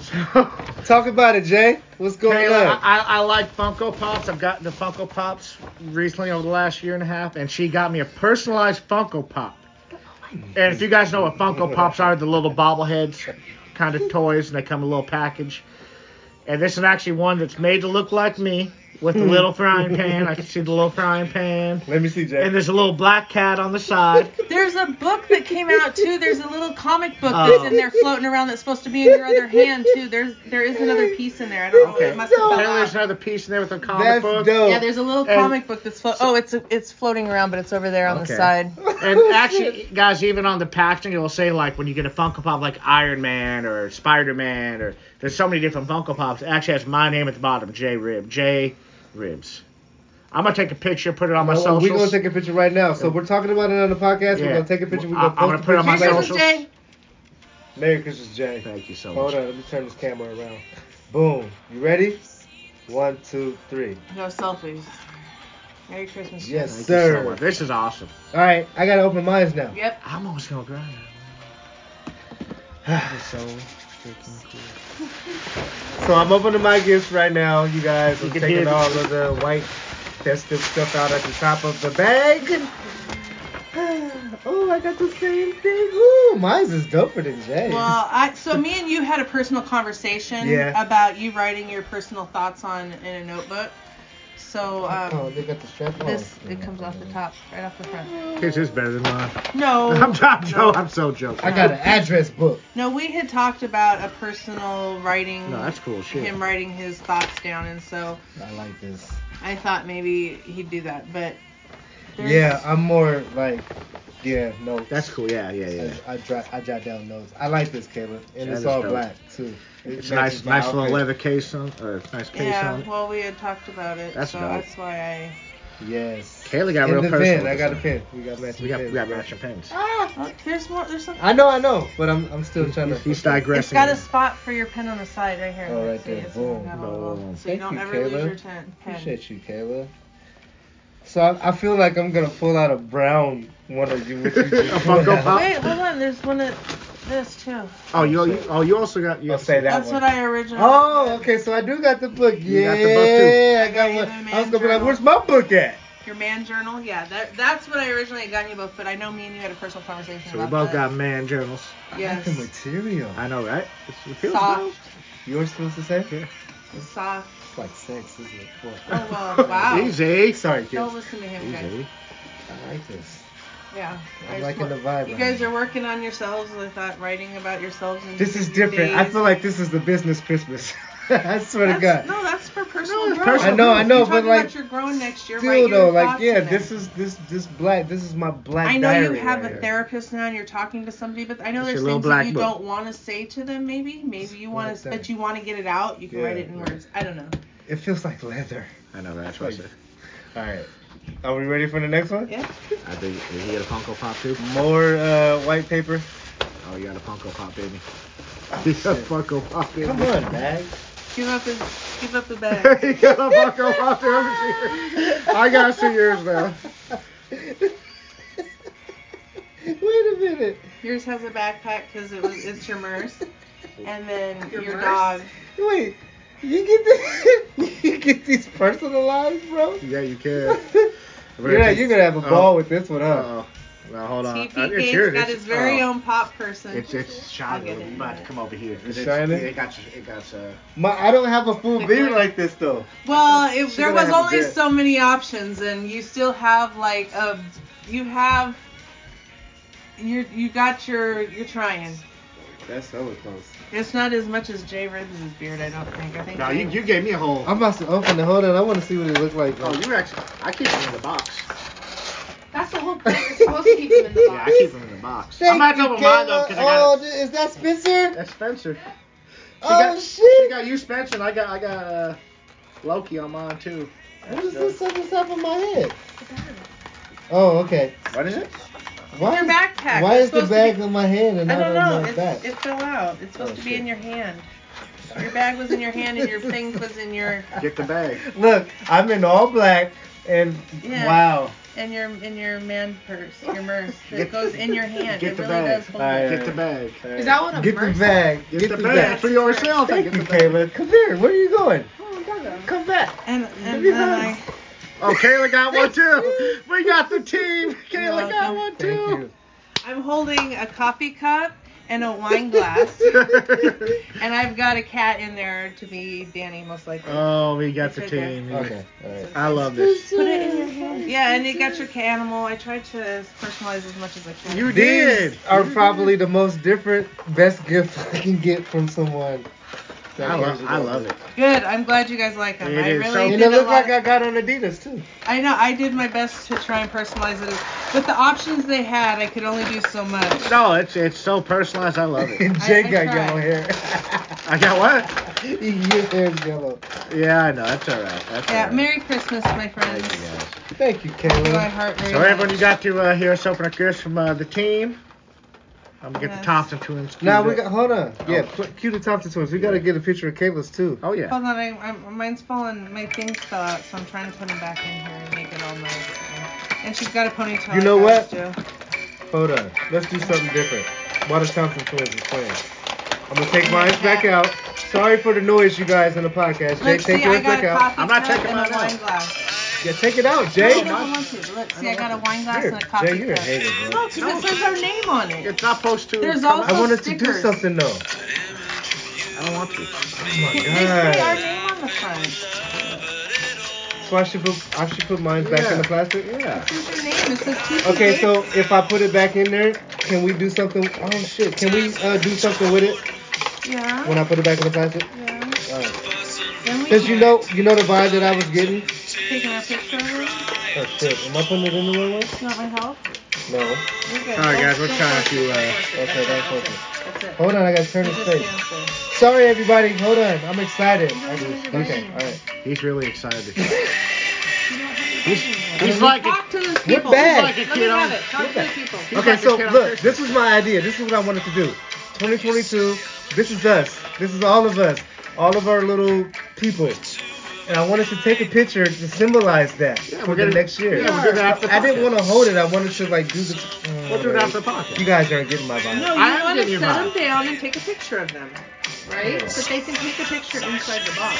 [SPEAKER 3] So,
[SPEAKER 1] Talk about it, Jay. What's going
[SPEAKER 3] Taylor,
[SPEAKER 1] on?
[SPEAKER 3] I, I, I like Funko Pops. I've gotten the Funko Pops recently over the last year and a half, and she got me a personalized Funko Pop. And if you guys know what Funko Pops are, the little bobbleheads kind of toys, and they come in a little package. And this is actually one that's made to look like me. with the little frying pan. I can see the little frying pan.
[SPEAKER 1] Let me see, Jack.
[SPEAKER 3] And there's a little black cat on the side.
[SPEAKER 2] There's a book that came out too. There's a little comic book
[SPEAKER 3] Oh.
[SPEAKER 2] that's in there floating around that's supposed to be in your other hand too. There's there is another piece in there. I don't know.
[SPEAKER 3] Okay.
[SPEAKER 2] It must have
[SPEAKER 3] Apparently
[SPEAKER 2] fell
[SPEAKER 3] there's
[SPEAKER 2] out.
[SPEAKER 3] another piece in there with a comic
[SPEAKER 1] That's
[SPEAKER 3] book.
[SPEAKER 1] dope.
[SPEAKER 2] Yeah, there's a little
[SPEAKER 3] And-
[SPEAKER 2] comic book that's flo- oh, it's it's floating around, but it's over there on
[SPEAKER 3] Okay.
[SPEAKER 2] the side.
[SPEAKER 3] And
[SPEAKER 2] Oh,
[SPEAKER 3] actually, guys, even on the packaging, it'll say like when you get a Funko Pop, like Iron Man or Spider Man, or there's so many different Funko Pops. It actually has my name at the bottom, J Rib, J Ribs. I'm gonna take a picture, put it on my
[SPEAKER 1] No,
[SPEAKER 3] socials.
[SPEAKER 1] we're Uh, gonna take a picture right now. So we're talking about it on the podcast.
[SPEAKER 3] Yeah.
[SPEAKER 1] We're gonna take a picture. We're
[SPEAKER 3] I-
[SPEAKER 1] gonna
[SPEAKER 3] I'm
[SPEAKER 1] post
[SPEAKER 3] gonna
[SPEAKER 1] the
[SPEAKER 3] put it on my
[SPEAKER 1] picture.
[SPEAKER 2] Merry Christmas,
[SPEAKER 3] socials.
[SPEAKER 2] Jay.
[SPEAKER 1] Merry Christmas, Jay.
[SPEAKER 3] Thank you so
[SPEAKER 1] Hold
[SPEAKER 3] much.
[SPEAKER 1] on, let me turn this camera around. Boom. You ready? One, two, three.
[SPEAKER 2] No selfies. Merry Christmas. Jay.
[SPEAKER 1] Yes,
[SPEAKER 3] Thank you so
[SPEAKER 1] sir.
[SPEAKER 3] much. This is awesome.
[SPEAKER 1] All right, I gotta open mine now.
[SPEAKER 2] Yep.
[SPEAKER 3] I'm almost gonna grab it. so
[SPEAKER 1] So I'm opening my gifts right now, you guys.
[SPEAKER 3] You
[SPEAKER 1] I'm
[SPEAKER 3] can
[SPEAKER 1] taking
[SPEAKER 3] hear the-
[SPEAKER 1] all of the white festive stuff out at the top of the bag. Oh, I got the same thing. Ooh, mine's is doper than Jay's.
[SPEAKER 2] Well, I so me and you had a personal conversation
[SPEAKER 1] Yeah.
[SPEAKER 2] about you writing your personal thoughts on in a notebook. So
[SPEAKER 1] oh,
[SPEAKER 2] um,
[SPEAKER 1] they got the strap on.
[SPEAKER 2] this
[SPEAKER 3] oh,
[SPEAKER 2] it comes off the top, right off the front.
[SPEAKER 3] His is better than mine.
[SPEAKER 2] No.
[SPEAKER 3] I'm, I'm, no, I'm so joking.
[SPEAKER 1] Oh. I got an address book.
[SPEAKER 2] No, we had talked about a personal writing.
[SPEAKER 3] No, that's cool shit.
[SPEAKER 2] Him writing his thoughts down, and so
[SPEAKER 1] I like this.
[SPEAKER 2] I thought maybe he'd do that, but there's-
[SPEAKER 1] Yeah, I'm more like, yeah, no.
[SPEAKER 3] That's cool. Yeah, yeah, yeah.
[SPEAKER 1] I, I jot I jot down notes. I like this, Caleb, and
[SPEAKER 3] That
[SPEAKER 1] it's
[SPEAKER 3] is
[SPEAKER 1] all
[SPEAKER 3] dope.
[SPEAKER 1] black too. It
[SPEAKER 3] It's a
[SPEAKER 1] matches
[SPEAKER 3] nice,
[SPEAKER 1] my
[SPEAKER 3] nice little
[SPEAKER 1] outfit.
[SPEAKER 3] leather case on, or nice case
[SPEAKER 2] yeah.
[SPEAKER 3] on it.
[SPEAKER 2] Well, we had talked about it,
[SPEAKER 3] That's
[SPEAKER 2] so
[SPEAKER 3] dope.
[SPEAKER 2] that's why I.
[SPEAKER 1] Yes.
[SPEAKER 3] Kayla got
[SPEAKER 1] and
[SPEAKER 3] real
[SPEAKER 1] the
[SPEAKER 3] personal.
[SPEAKER 1] pen. I
[SPEAKER 3] this
[SPEAKER 1] got a
[SPEAKER 3] time.
[SPEAKER 1] pen. We got matching
[SPEAKER 3] We got, we
[SPEAKER 1] pens.
[SPEAKER 3] got matching pens.
[SPEAKER 2] Ah, oh, there's more. There's something.
[SPEAKER 1] I know, I know, but I'm I'm still trying to.
[SPEAKER 3] He's, he's
[SPEAKER 2] It's
[SPEAKER 3] digressing.
[SPEAKER 2] got a spot for your pen on the side right here.
[SPEAKER 1] Oh, right
[SPEAKER 2] See,
[SPEAKER 1] there.
[SPEAKER 2] it's got a
[SPEAKER 1] Boom.
[SPEAKER 2] little-
[SPEAKER 3] Boom.
[SPEAKER 2] So you
[SPEAKER 1] Thank
[SPEAKER 2] don't
[SPEAKER 1] you,
[SPEAKER 2] ever
[SPEAKER 1] Kayla.
[SPEAKER 2] lose your ten, pen.
[SPEAKER 1] Appreciate you, Kayla. So I, I feel like I'm gonna pull out a brown one of you. Which you
[SPEAKER 3] A
[SPEAKER 1] just
[SPEAKER 3] Funko
[SPEAKER 1] pulled out.
[SPEAKER 3] Pop?
[SPEAKER 2] Wait, hold on. There's one of this too.
[SPEAKER 3] oh, you, you, oh, you also got. You
[SPEAKER 1] I'll say that
[SPEAKER 2] that's
[SPEAKER 1] one.
[SPEAKER 2] what I originally.
[SPEAKER 1] Oh,
[SPEAKER 2] did.
[SPEAKER 1] okay. So I do got the book.
[SPEAKER 3] You
[SPEAKER 1] yeah,
[SPEAKER 3] got the
[SPEAKER 1] I
[SPEAKER 3] book, too.
[SPEAKER 1] got one.
[SPEAKER 2] Raven
[SPEAKER 1] I was gonna be like,
[SPEAKER 2] Journal.
[SPEAKER 1] "Where's my book at?"
[SPEAKER 2] Your man journal. Yeah, that that's what I originally had gotten you both, but I know me and you had a personal conversation
[SPEAKER 3] So we
[SPEAKER 2] about
[SPEAKER 3] both
[SPEAKER 2] that.
[SPEAKER 3] got man journals.
[SPEAKER 2] Yes.
[SPEAKER 1] I like the material.
[SPEAKER 3] I know, right? It's, it feels
[SPEAKER 2] Soft.
[SPEAKER 1] Yours feels the same.
[SPEAKER 3] Yeah.
[SPEAKER 2] Soft.
[SPEAKER 1] It's like sex, isn't it? Boy.
[SPEAKER 2] Oh, well, wow.
[SPEAKER 3] Easy.
[SPEAKER 1] Sorry, kids.
[SPEAKER 2] Don't listen to him, guys.
[SPEAKER 3] Easy.
[SPEAKER 1] I like this.
[SPEAKER 2] Yeah. I
[SPEAKER 1] I'm
[SPEAKER 2] just
[SPEAKER 1] liking
[SPEAKER 2] wa-
[SPEAKER 1] the vibe.
[SPEAKER 2] You
[SPEAKER 1] right
[SPEAKER 2] guys
[SPEAKER 1] now.
[SPEAKER 2] are working on yourselves with that writing about yourselves. And
[SPEAKER 1] This is
[SPEAKER 2] your
[SPEAKER 1] different. I
[SPEAKER 2] days.
[SPEAKER 1] feel like this is the business Christmas. I swear
[SPEAKER 2] that's,
[SPEAKER 1] to God.
[SPEAKER 2] No, that's for personal
[SPEAKER 3] it's
[SPEAKER 2] growth.
[SPEAKER 3] personal I know,
[SPEAKER 1] I know,
[SPEAKER 2] You're
[SPEAKER 1] but
[SPEAKER 2] talking
[SPEAKER 1] like,
[SPEAKER 2] about your growing next year.
[SPEAKER 1] Still
[SPEAKER 2] right?
[SPEAKER 1] though, like yeah, this is this this black. This is my black.
[SPEAKER 2] I know you
[SPEAKER 1] diary
[SPEAKER 2] have
[SPEAKER 1] right
[SPEAKER 2] a
[SPEAKER 1] here.
[SPEAKER 2] therapist now and you're talking to somebody, but I know
[SPEAKER 3] It's your
[SPEAKER 2] there's
[SPEAKER 3] little
[SPEAKER 2] things
[SPEAKER 3] black
[SPEAKER 2] that you
[SPEAKER 3] book.
[SPEAKER 2] don't want to say to them. Maybe, maybe you want
[SPEAKER 1] Right
[SPEAKER 2] to,
[SPEAKER 1] there.
[SPEAKER 2] but you want to get it out. You can write
[SPEAKER 1] Yeah.
[SPEAKER 2] it in words. I don't know.
[SPEAKER 1] It feels like leather.
[SPEAKER 3] I know, that's what I said.
[SPEAKER 1] All right. Are we ready for the next one?
[SPEAKER 2] Yeah.
[SPEAKER 3] I think did he had a Funko Pop too.
[SPEAKER 1] More uh, white paper.
[SPEAKER 3] Oh, you got a Funko Pop, baby. You got a
[SPEAKER 1] Oh, shit.
[SPEAKER 3] Funko Pop, baby.
[SPEAKER 1] Come on, man.
[SPEAKER 2] Give up his, give up the bag.
[SPEAKER 3] you got a Funko Pop. baby. I gotta see yours now.
[SPEAKER 1] Wait a minute.
[SPEAKER 2] Yours has a backpack because it was it's your MERS, and then your,
[SPEAKER 4] Your MERS?
[SPEAKER 2] dog.
[SPEAKER 1] Wait. You get this? you get these personalized, bro?
[SPEAKER 3] Yeah, you
[SPEAKER 1] Yeah,
[SPEAKER 3] can.
[SPEAKER 1] you're gonna have a ball with this one, huh?
[SPEAKER 3] Uh-oh. Now hold on.
[SPEAKER 2] TP
[SPEAKER 3] Uh, it's
[SPEAKER 2] Gates
[SPEAKER 3] yours.
[SPEAKER 2] got
[SPEAKER 3] It's-
[SPEAKER 2] his very
[SPEAKER 3] oh.
[SPEAKER 2] own pop person.
[SPEAKER 3] It's it's
[SPEAKER 2] I'll
[SPEAKER 3] shining.
[SPEAKER 2] get it.
[SPEAKER 3] I'm about to come over here. 'cause
[SPEAKER 1] It's
[SPEAKER 3] It's
[SPEAKER 1] shining?
[SPEAKER 3] It got it got uh.
[SPEAKER 1] My, I don't have a full beard like this though.
[SPEAKER 2] well, if
[SPEAKER 1] She's
[SPEAKER 2] there
[SPEAKER 1] gonna
[SPEAKER 2] was
[SPEAKER 1] have a
[SPEAKER 2] only
[SPEAKER 1] bit.
[SPEAKER 2] so many options, and you still have like a, you have. You you got your you're trying.
[SPEAKER 1] That's so close.
[SPEAKER 2] It's not as much as Jay Ribbs' beard, I don't think. I think.
[SPEAKER 3] No,
[SPEAKER 2] I-
[SPEAKER 3] you you gave me a whole.
[SPEAKER 1] I'm about to open it. Hold on, I want to see what it looks like.
[SPEAKER 3] Oh, you actually. I keep them in the box.
[SPEAKER 2] That's the whole point. You're supposed to keep him in the
[SPEAKER 3] Yeah,
[SPEAKER 2] box.
[SPEAKER 3] I keep them in the box. I'm about to open mine though, 'cause I
[SPEAKER 1] oh,
[SPEAKER 3] got.
[SPEAKER 1] th- is that Spencer?
[SPEAKER 3] That's Spencer. She
[SPEAKER 1] oh
[SPEAKER 3] got, She
[SPEAKER 1] shit!
[SPEAKER 3] got you, Spencer. And I got I got uh, Loki on mine too.
[SPEAKER 1] What is this on the top of my head? Oh, okay.
[SPEAKER 3] What is it?
[SPEAKER 1] Why?
[SPEAKER 2] Your
[SPEAKER 1] is-
[SPEAKER 2] backpack.
[SPEAKER 1] Why
[SPEAKER 2] It's
[SPEAKER 1] is the
[SPEAKER 2] supposed to
[SPEAKER 1] bag
[SPEAKER 2] be-
[SPEAKER 1] on my hand and
[SPEAKER 2] I
[SPEAKER 1] not
[SPEAKER 2] don't
[SPEAKER 1] on
[SPEAKER 2] know.
[SPEAKER 1] my back?
[SPEAKER 2] It's, it fell out. It's supposed
[SPEAKER 1] Oh,
[SPEAKER 2] to be
[SPEAKER 1] shit.
[SPEAKER 2] in your hand. Your bag was in your hand and your thing was in your
[SPEAKER 3] Get the bag.
[SPEAKER 1] Look, I'm in all black, and
[SPEAKER 2] Yeah.
[SPEAKER 1] wow.
[SPEAKER 2] in your in your man purse, your purse. It goes in your hand.
[SPEAKER 3] Get
[SPEAKER 2] it
[SPEAKER 3] the
[SPEAKER 2] really
[SPEAKER 3] bag.
[SPEAKER 2] does hold
[SPEAKER 1] Alright.
[SPEAKER 2] it.
[SPEAKER 3] Get the bag.
[SPEAKER 4] Is that one of
[SPEAKER 1] Get the
[SPEAKER 4] Mercer?
[SPEAKER 1] bag.
[SPEAKER 3] Get, the, bag. for yourself.
[SPEAKER 1] Thank
[SPEAKER 3] Get
[SPEAKER 1] you,
[SPEAKER 3] the bag.
[SPEAKER 1] Kayla. Come here. Where are you going?
[SPEAKER 2] Oh,
[SPEAKER 1] Come back.
[SPEAKER 2] And and
[SPEAKER 1] me
[SPEAKER 2] then I
[SPEAKER 1] that.
[SPEAKER 3] Oh, Kayla got one too. We got the team. Kayla got one
[SPEAKER 1] Thank
[SPEAKER 3] too.
[SPEAKER 1] you.
[SPEAKER 2] I'm holding a coffee cup and a wine glass. and I've got a cat in there to be Danny, most likely.
[SPEAKER 3] oh, we got the
[SPEAKER 2] It's right
[SPEAKER 3] team.
[SPEAKER 1] Okay. All right.
[SPEAKER 3] I love this.
[SPEAKER 2] Put it in your hand. Yeah, and it got your cat animal. I tried to personalize as much as I can.
[SPEAKER 3] You
[SPEAKER 1] These
[SPEAKER 3] did.
[SPEAKER 1] are probably the most different, best gift I can get from someone.
[SPEAKER 3] I love, I love it.
[SPEAKER 2] Good. I'm glad you guys like them.
[SPEAKER 3] It
[SPEAKER 2] I
[SPEAKER 3] is
[SPEAKER 2] really
[SPEAKER 3] so-
[SPEAKER 1] And
[SPEAKER 2] did
[SPEAKER 1] it
[SPEAKER 2] a
[SPEAKER 1] looked
[SPEAKER 2] lot-
[SPEAKER 1] like I got on Adidas too.
[SPEAKER 2] I know. I did my best to try and personalize it. With the options they had, I could only do so much.
[SPEAKER 3] No, it's it's so personalized. I love it.
[SPEAKER 1] And Jay
[SPEAKER 2] I
[SPEAKER 1] got
[SPEAKER 2] tried.
[SPEAKER 1] yellow hair.
[SPEAKER 3] I got what?
[SPEAKER 1] Your hair's yellow.
[SPEAKER 3] Yeah, I know. That's all right. That's all
[SPEAKER 2] Yeah.
[SPEAKER 3] right.
[SPEAKER 2] Merry Christmas, my friends.
[SPEAKER 3] Thank you, guys.
[SPEAKER 1] Thank you,
[SPEAKER 2] From My
[SPEAKER 1] Kayla.
[SPEAKER 2] heart. Very
[SPEAKER 3] So everyone,
[SPEAKER 2] much.
[SPEAKER 3] you got to uh, hear us open our gifts from uh, the team. I'm gonna get
[SPEAKER 2] Yes.
[SPEAKER 3] the Thompson twins.
[SPEAKER 1] Now we
[SPEAKER 3] queued
[SPEAKER 1] got.
[SPEAKER 3] up.
[SPEAKER 1] Hold on. Yeah, cl- cue the Thompson twins. We gotta get a picture of Kayla's too.
[SPEAKER 3] Oh yeah.
[SPEAKER 2] Hold on, I, I'm, mine's fallen. My things fell out, so I'm trying to put them back in here and make it all nice. And, and she's got a ponytail.
[SPEAKER 1] You know what?
[SPEAKER 2] like ours do.
[SPEAKER 1] Hold on. Let's do something different. While the Thompson twins is playing, I'm gonna take mine back out. Sorry for the noise, you guys, in the podcast. Jay,
[SPEAKER 2] Let's
[SPEAKER 1] take
[SPEAKER 2] see, I
[SPEAKER 1] yours
[SPEAKER 2] got
[SPEAKER 1] back
[SPEAKER 2] a
[SPEAKER 1] out.
[SPEAKER 2] coffee
[SPEAKER 3] I'm not
[SPEAKER 2] cup
[SPEAKER 3] taking
[SPEAKER 2] and
[SPEAKER 3] mine
[SPEAKER 2] a
[SPEAKER 3] out.
[SPEAKER 2] wine glass.
[SPEAKER 1] Yeah, take it out,
[SPEAKER 2] No,
[SPEAKER 1] Jay.
[SPEAKER 2] he doesn't want to. Let's see, I got a wine glass
[SPEAKER 1] Here.
[SPEAKER 2] and a coffee
[SPEAKER 1] Jay, you're a
[SPEAKER 2] cup.
[SPEAKER 1] hater, bro.
[SPEAKER 2] No, because it says our name on it.
[SPEAKER 3] It's not supposed to.
[SPEAKER 2] There's
[SPEAKER 3] come
[SPEAKER 2] also-
[SPEAKER 1] I
[SPEAKER 3] out.
[SPEAKER 1] wanted to do
[SPEAKER 2] stickers.
[SPEAKER 1] something though.
[SPEAKER 3] I don't want to.
[SPEAKER 1] Oh my
[SPEAKER 2] They say our
[SPEAKER 1] god.
[SPEAKER 2] name on the front.
[SPEAKER 1] So I should put I should put mine back in
[SPEAKER 3] Yeah.
[SPEAKER 1] the plastic.
[SPEAKER 3] Yeah.
[SPEAKER 2] It says your name. It says TCJ.
[SPEAKER 1] Okay, so if I put it back in there, can we do something? Oh shit, can we uh, do something with it
[SPEAKER 2] Yeah.
[SPEAKER 1] when I put it back in the plastic?
[SPEAKER 2] Yeah.
[SPEAKER 1] Alright.
[SPEAKER 2] Then we
[SPEAKER 1] Cause
[SPEAKER 2] can
[SPEAKER 1] you know, you know the vibe that I was getting.
[SPEAKER 2] Taking a picture of it.
[SPEAKER 1] Oh shit, am I putting it in the wrong way?
[SPEAKER 2] You want my help?
[SPEAKER 1] No.
[SPEAKER 2] You're good.
[SPEAKER 3] All right,
[SPEAKER 2] Don't-
[SPEAKER 3] guys, we're
[SPEAKER 2] don't
[SPEAKER 3] trying
[SPEAKER 2] focus.
[SPEAKER 3] to. Uh,
[SPEAKER 1] Okay, don't focus.
[SPEAKER 2] That's it.
[SPEAKER 1] Hold on, I gotta turn
[SPEAKER 2] You
[SPEAKER 1] this
[SPEAKER 2] just
[SPEAKER 1] face.
[SPEAKER 2] cancel.
[SPEAKER 1] Sorry everybody, hold on, I'm excited. I just- okay, alright.
[SPEAKER 3] he's really excited.
[SPEAKER 1] We're
[SPEAKER 3] He's like,
[SPEAKER 2] Talk to the
[SPEAKER 1] We're
[SPEAKER 2] people.
[SPEAKER 1] bad.
[SPEAKER 3] like a
[SPEAKER 2] Let
[SPEAKER 3] kid
[SPEAKER 2] me
[SPEAKER 3] on.
[SPEAKER 2] have it. Talk
[SPEAKER 1] Look
[SPEAKER 2] to the
[SPEAKER 1] at-
[SPEAKER 2] people.
[SPEAKER 1] Okay,
[SPEAKER 3] like a
[SPEAKER 1] so
[SPEAKER 3] kid on
[SPEAKER 1] look,
[SPEAKER 3] Christmas.
[SPEAKER 1] this was my idea. This is what I wanted to do. 2022. This is us. This is all of us. All of our little people. And I wanted to take a picture to symbolize that
[SPEAKER 3] Yeah,
[SPEAKER 1] for
[SPEAKER 3] we're
[SPEAKER 1] the
[SPEAKER 3] gonna-
[SPEAKER 1] next year.
[SPEAKER 3] yeah, we're gonna have to
[SPEAKER 1] I didn't
[SPEAKER 3] podcast.
[SPEAKER 1] want to hold it. I wanted to like do the. Mm,
[SPEAKER 3] we'll do it after the podcast.
[SPEAKER 1] You guys aren't getting my vibe.
[SPEAKER 2] No,
[SPEAKER 3] I
[SPEAKER 2] you
[SPEAKER 3] am
[SPEAKER 2] want to set
[SPEAKER 3] getting your
[SPEAKER 2] them
[SPEAKER 3] vibe.
[SPEAKER 2] down and take a picture of them, right? But they can take a picture inside the box.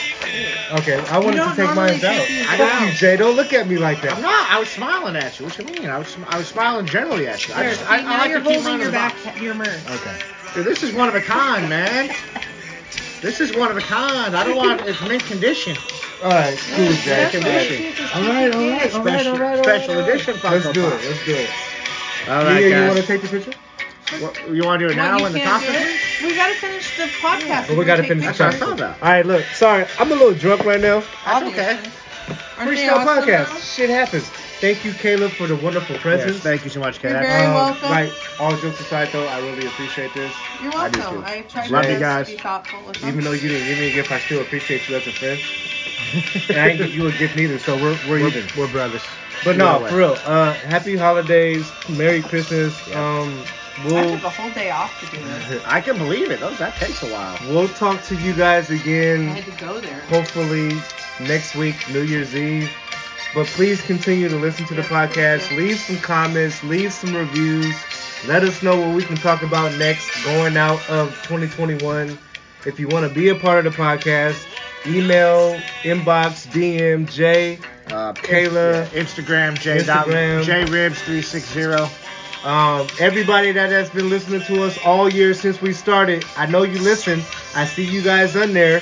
[SPEAKER 1] Okay, I wanted to
[SPEAKER 2] don't
[SPEAKER 1] take
[SPEAKER 2] normally
[SPEAKER 1] mine
[SPEAKER 2] take
[SPEAKER 1] out.
[SPEAKER 2] these
[SPEAKER 3] I
[SPEAKER 1] Fuck
[SPEAKER 3] know.
[SPEAKER 1] you, Jay. Don't look at me like
[SPEAKER 3] I'm
[SPEAKER 1] that.
[SPEAKER 3] not. I was smiling at you. What you mean? I was. I was smiling generally at you. I
[SPEAKER 2] Here,
[SPEAKER 3] just.
[SPEAKER 2] see,
[SPEAKER 3] I, I
[SPEAKER 2] now
[SPEAKER 3] like
[SPEAKER 2] you're
[SPEAKER 3] to keep mine
[SPEAKER 2] holding
[SPEAKER 3] in
[SPEAKER 2] your
[SPEAKER 3] the
[SPEAKER 2] back,
[SPEAKER 3] box.
[SPEAKER 2] your merch.
[SPEAKER 1] Okay.
[SPEAKER 3] Dude, this is one of a kind, man. This is one of a kind. I don't want. It's mint condition.
[SPEAKER 1] All right, cool, Jay.
[SPEAKER 3] Mint
[SPEAKER 2] That's what
[SPEAKER 3] condition.
[SPEAKER 1] All right, all right, all right, all
[SPEAKER 3] Special,
[SPEAKER 1] right, all right.
[SPEAKER 3] special edition.
[SPEAKER 1] Let's
[SPEAKER 3] Funko
[SPEAKER 1] do
[SPEAKER 3] Pop.
[SPEAKER 1] it. Let's do it.
[SPEAKER 3] All
[SPEAKER 1] Leah,
[SPEAKER 3] right,
[SPEAKER 1] you want
[SPEAKER 3] guys.
[SPEAKER 1] to take the picture?
[SPEAKER 3] What- you want to do it
[SPEAKER 2] What,
[SPEAKER 3] now
[SPEAKER 2] you
[SPEAKER 3] in the
[SPEAKER 2] can't
[SPEAKER 3] conference?
[SPEAKER 2] do it? We gotta finish the podcast.
[SPEAKER 1] But we gotta finish the
[SPEAKER 3] That's what I
[SPEAKER 1] conference.
[SPEAKER 3] saw that.
[SPEAKER 1] All right, look. Sorry, I'm a little drunk right now.
[SPEAKER 3] That's okay.
[SPEAKER 2] Aren't they
[SPEAKER 1] Freestyle
[SPEAKER 2] awesome
[SPEAKER 1] podcast.
[SPEAKER 2] though?
[SPEAKER 1] Shit happens. Thank you, Caleb, for the wonderful
[SPEAKER 3] Yes,
[SPEAKER 1] presents.
[SPEAKER 3] thank you so much,
[SPEAKER 2] You're
[SPEAKER 3] Kat.
[SPEAKER 2] very welcome.
[SPEAKER 1] Like all jokes aside, though, I really appreciate this.
[SPEAKER 2] You're
[SPEAKER 3] I do
[SPEAKER 2] welcome.
[SPEAKER 3] too.
[SPEAKER 2] I, tried
[SPEAKER 3] Love
[SPEAKER 2] my
[SPEAKER 3] you
[SPEAKER 2] best
[SPEAKER 3] guys.
[SPEAKER 2] to be thoughtful. with
[SPEAKER 1] Even
[SPEAKER 2] them.
[SPEAKER 1] though you didn't give me a gift, I still appreciate you as a friend. and I didn't get you a gift neither, so we're we're, even.
[SPEAKER 3] We're, we're brothers.
[SPEAKER 1] But
[SPEAKER 3] Either
[SPEAKER 1] no,
[SPEAKER 3] way.
[SPEAKER 1] for real. Uh, happy holidays, Merry Christmas.
[SPEAKER 3] Yeah.
[SPEAKER 1] Um,
[SPEAKER 2] I
[SPEAKER 1] we'll
[SPEAKER 2] took a whole day off to do this.
[SPEAKER 3] I can believe it. Those, that takes a while.
[SPEAKER 1] we'll talk to you guys
[SPEAKER 2] I
[SPEAKER 1] again.
[SPEAKER 2] had to go there.
[SPEAKER 1] hopefully next week, New Year's Eve. But please continue to listen to the podcast. Leave some comments, leave some reviews. Let us know what we can talk about next going out of 2021. If you want to be a part of the podcast, email, inbox, DM, Jay.
[SPEAKER 3] Uh,
[SPEAKER 1] Kayla.
[SPEAKER 3] yeah, Instagram, J. dot-
[SPEAKER 1] Instagram.
[SPEAKER 3] JRibs360.
[SPEAKER 1] Um, everybody that has been listening to us all year since we started, I know you listen. I see you guys on there.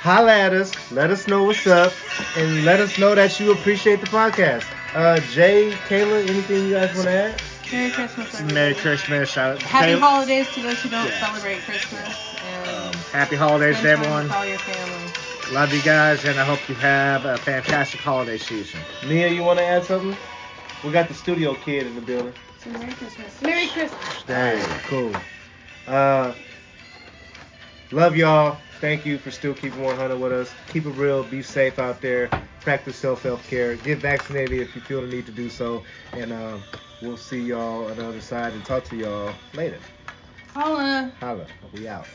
[SPEAKER 1] Holla at us. Let us know what's up. And let us know that you appreciate the podcast. Uh, Jay, Kayla, anything you guys want to add?
[SPEAKER 2] Merry Christmas, everybody.
[SPEAKER 3] Merry Christmas. Uh,
[SPEAKER 2] Happy
[SPEAKER 3] Kay-
[SPEAKER 2] holidays to those who don't
[SPEAKER 3] Yeah.
[SPEAKER 2] celebrate Christmas.
[SPEAKER 3] um,
[SPEAKER 2] And
[SPEAKER 3] happy holidays
[SPEAKER 2] spend
[SPEAKER 3] to
[SPEAKER 2] time
[SPEAKER 3] everyone.
[SPEAKER 2] With all your family.
[SPEAKER 3] Love you guys, and I hope you have a fantastic holiday season.
[SPEAKER 1] Nia, you want to add something? We got the studio kid in the building.
[SPEAKER 2] So Merry Christmas. Merry Christmas.
[SPEAKER 3] Stay.
[SPEAKER 1] Cool. Uh, love y'all. Thank you for still keeping 100 with us. Keep it real. Be safe out there. Practice self health care. Get vaccinated if you feel the need to do so. And um, we'll see y'all on the other side and talk to y'all later.
[SPEAKER 2] Holla.
[SPEAKER 1] Holla. We out.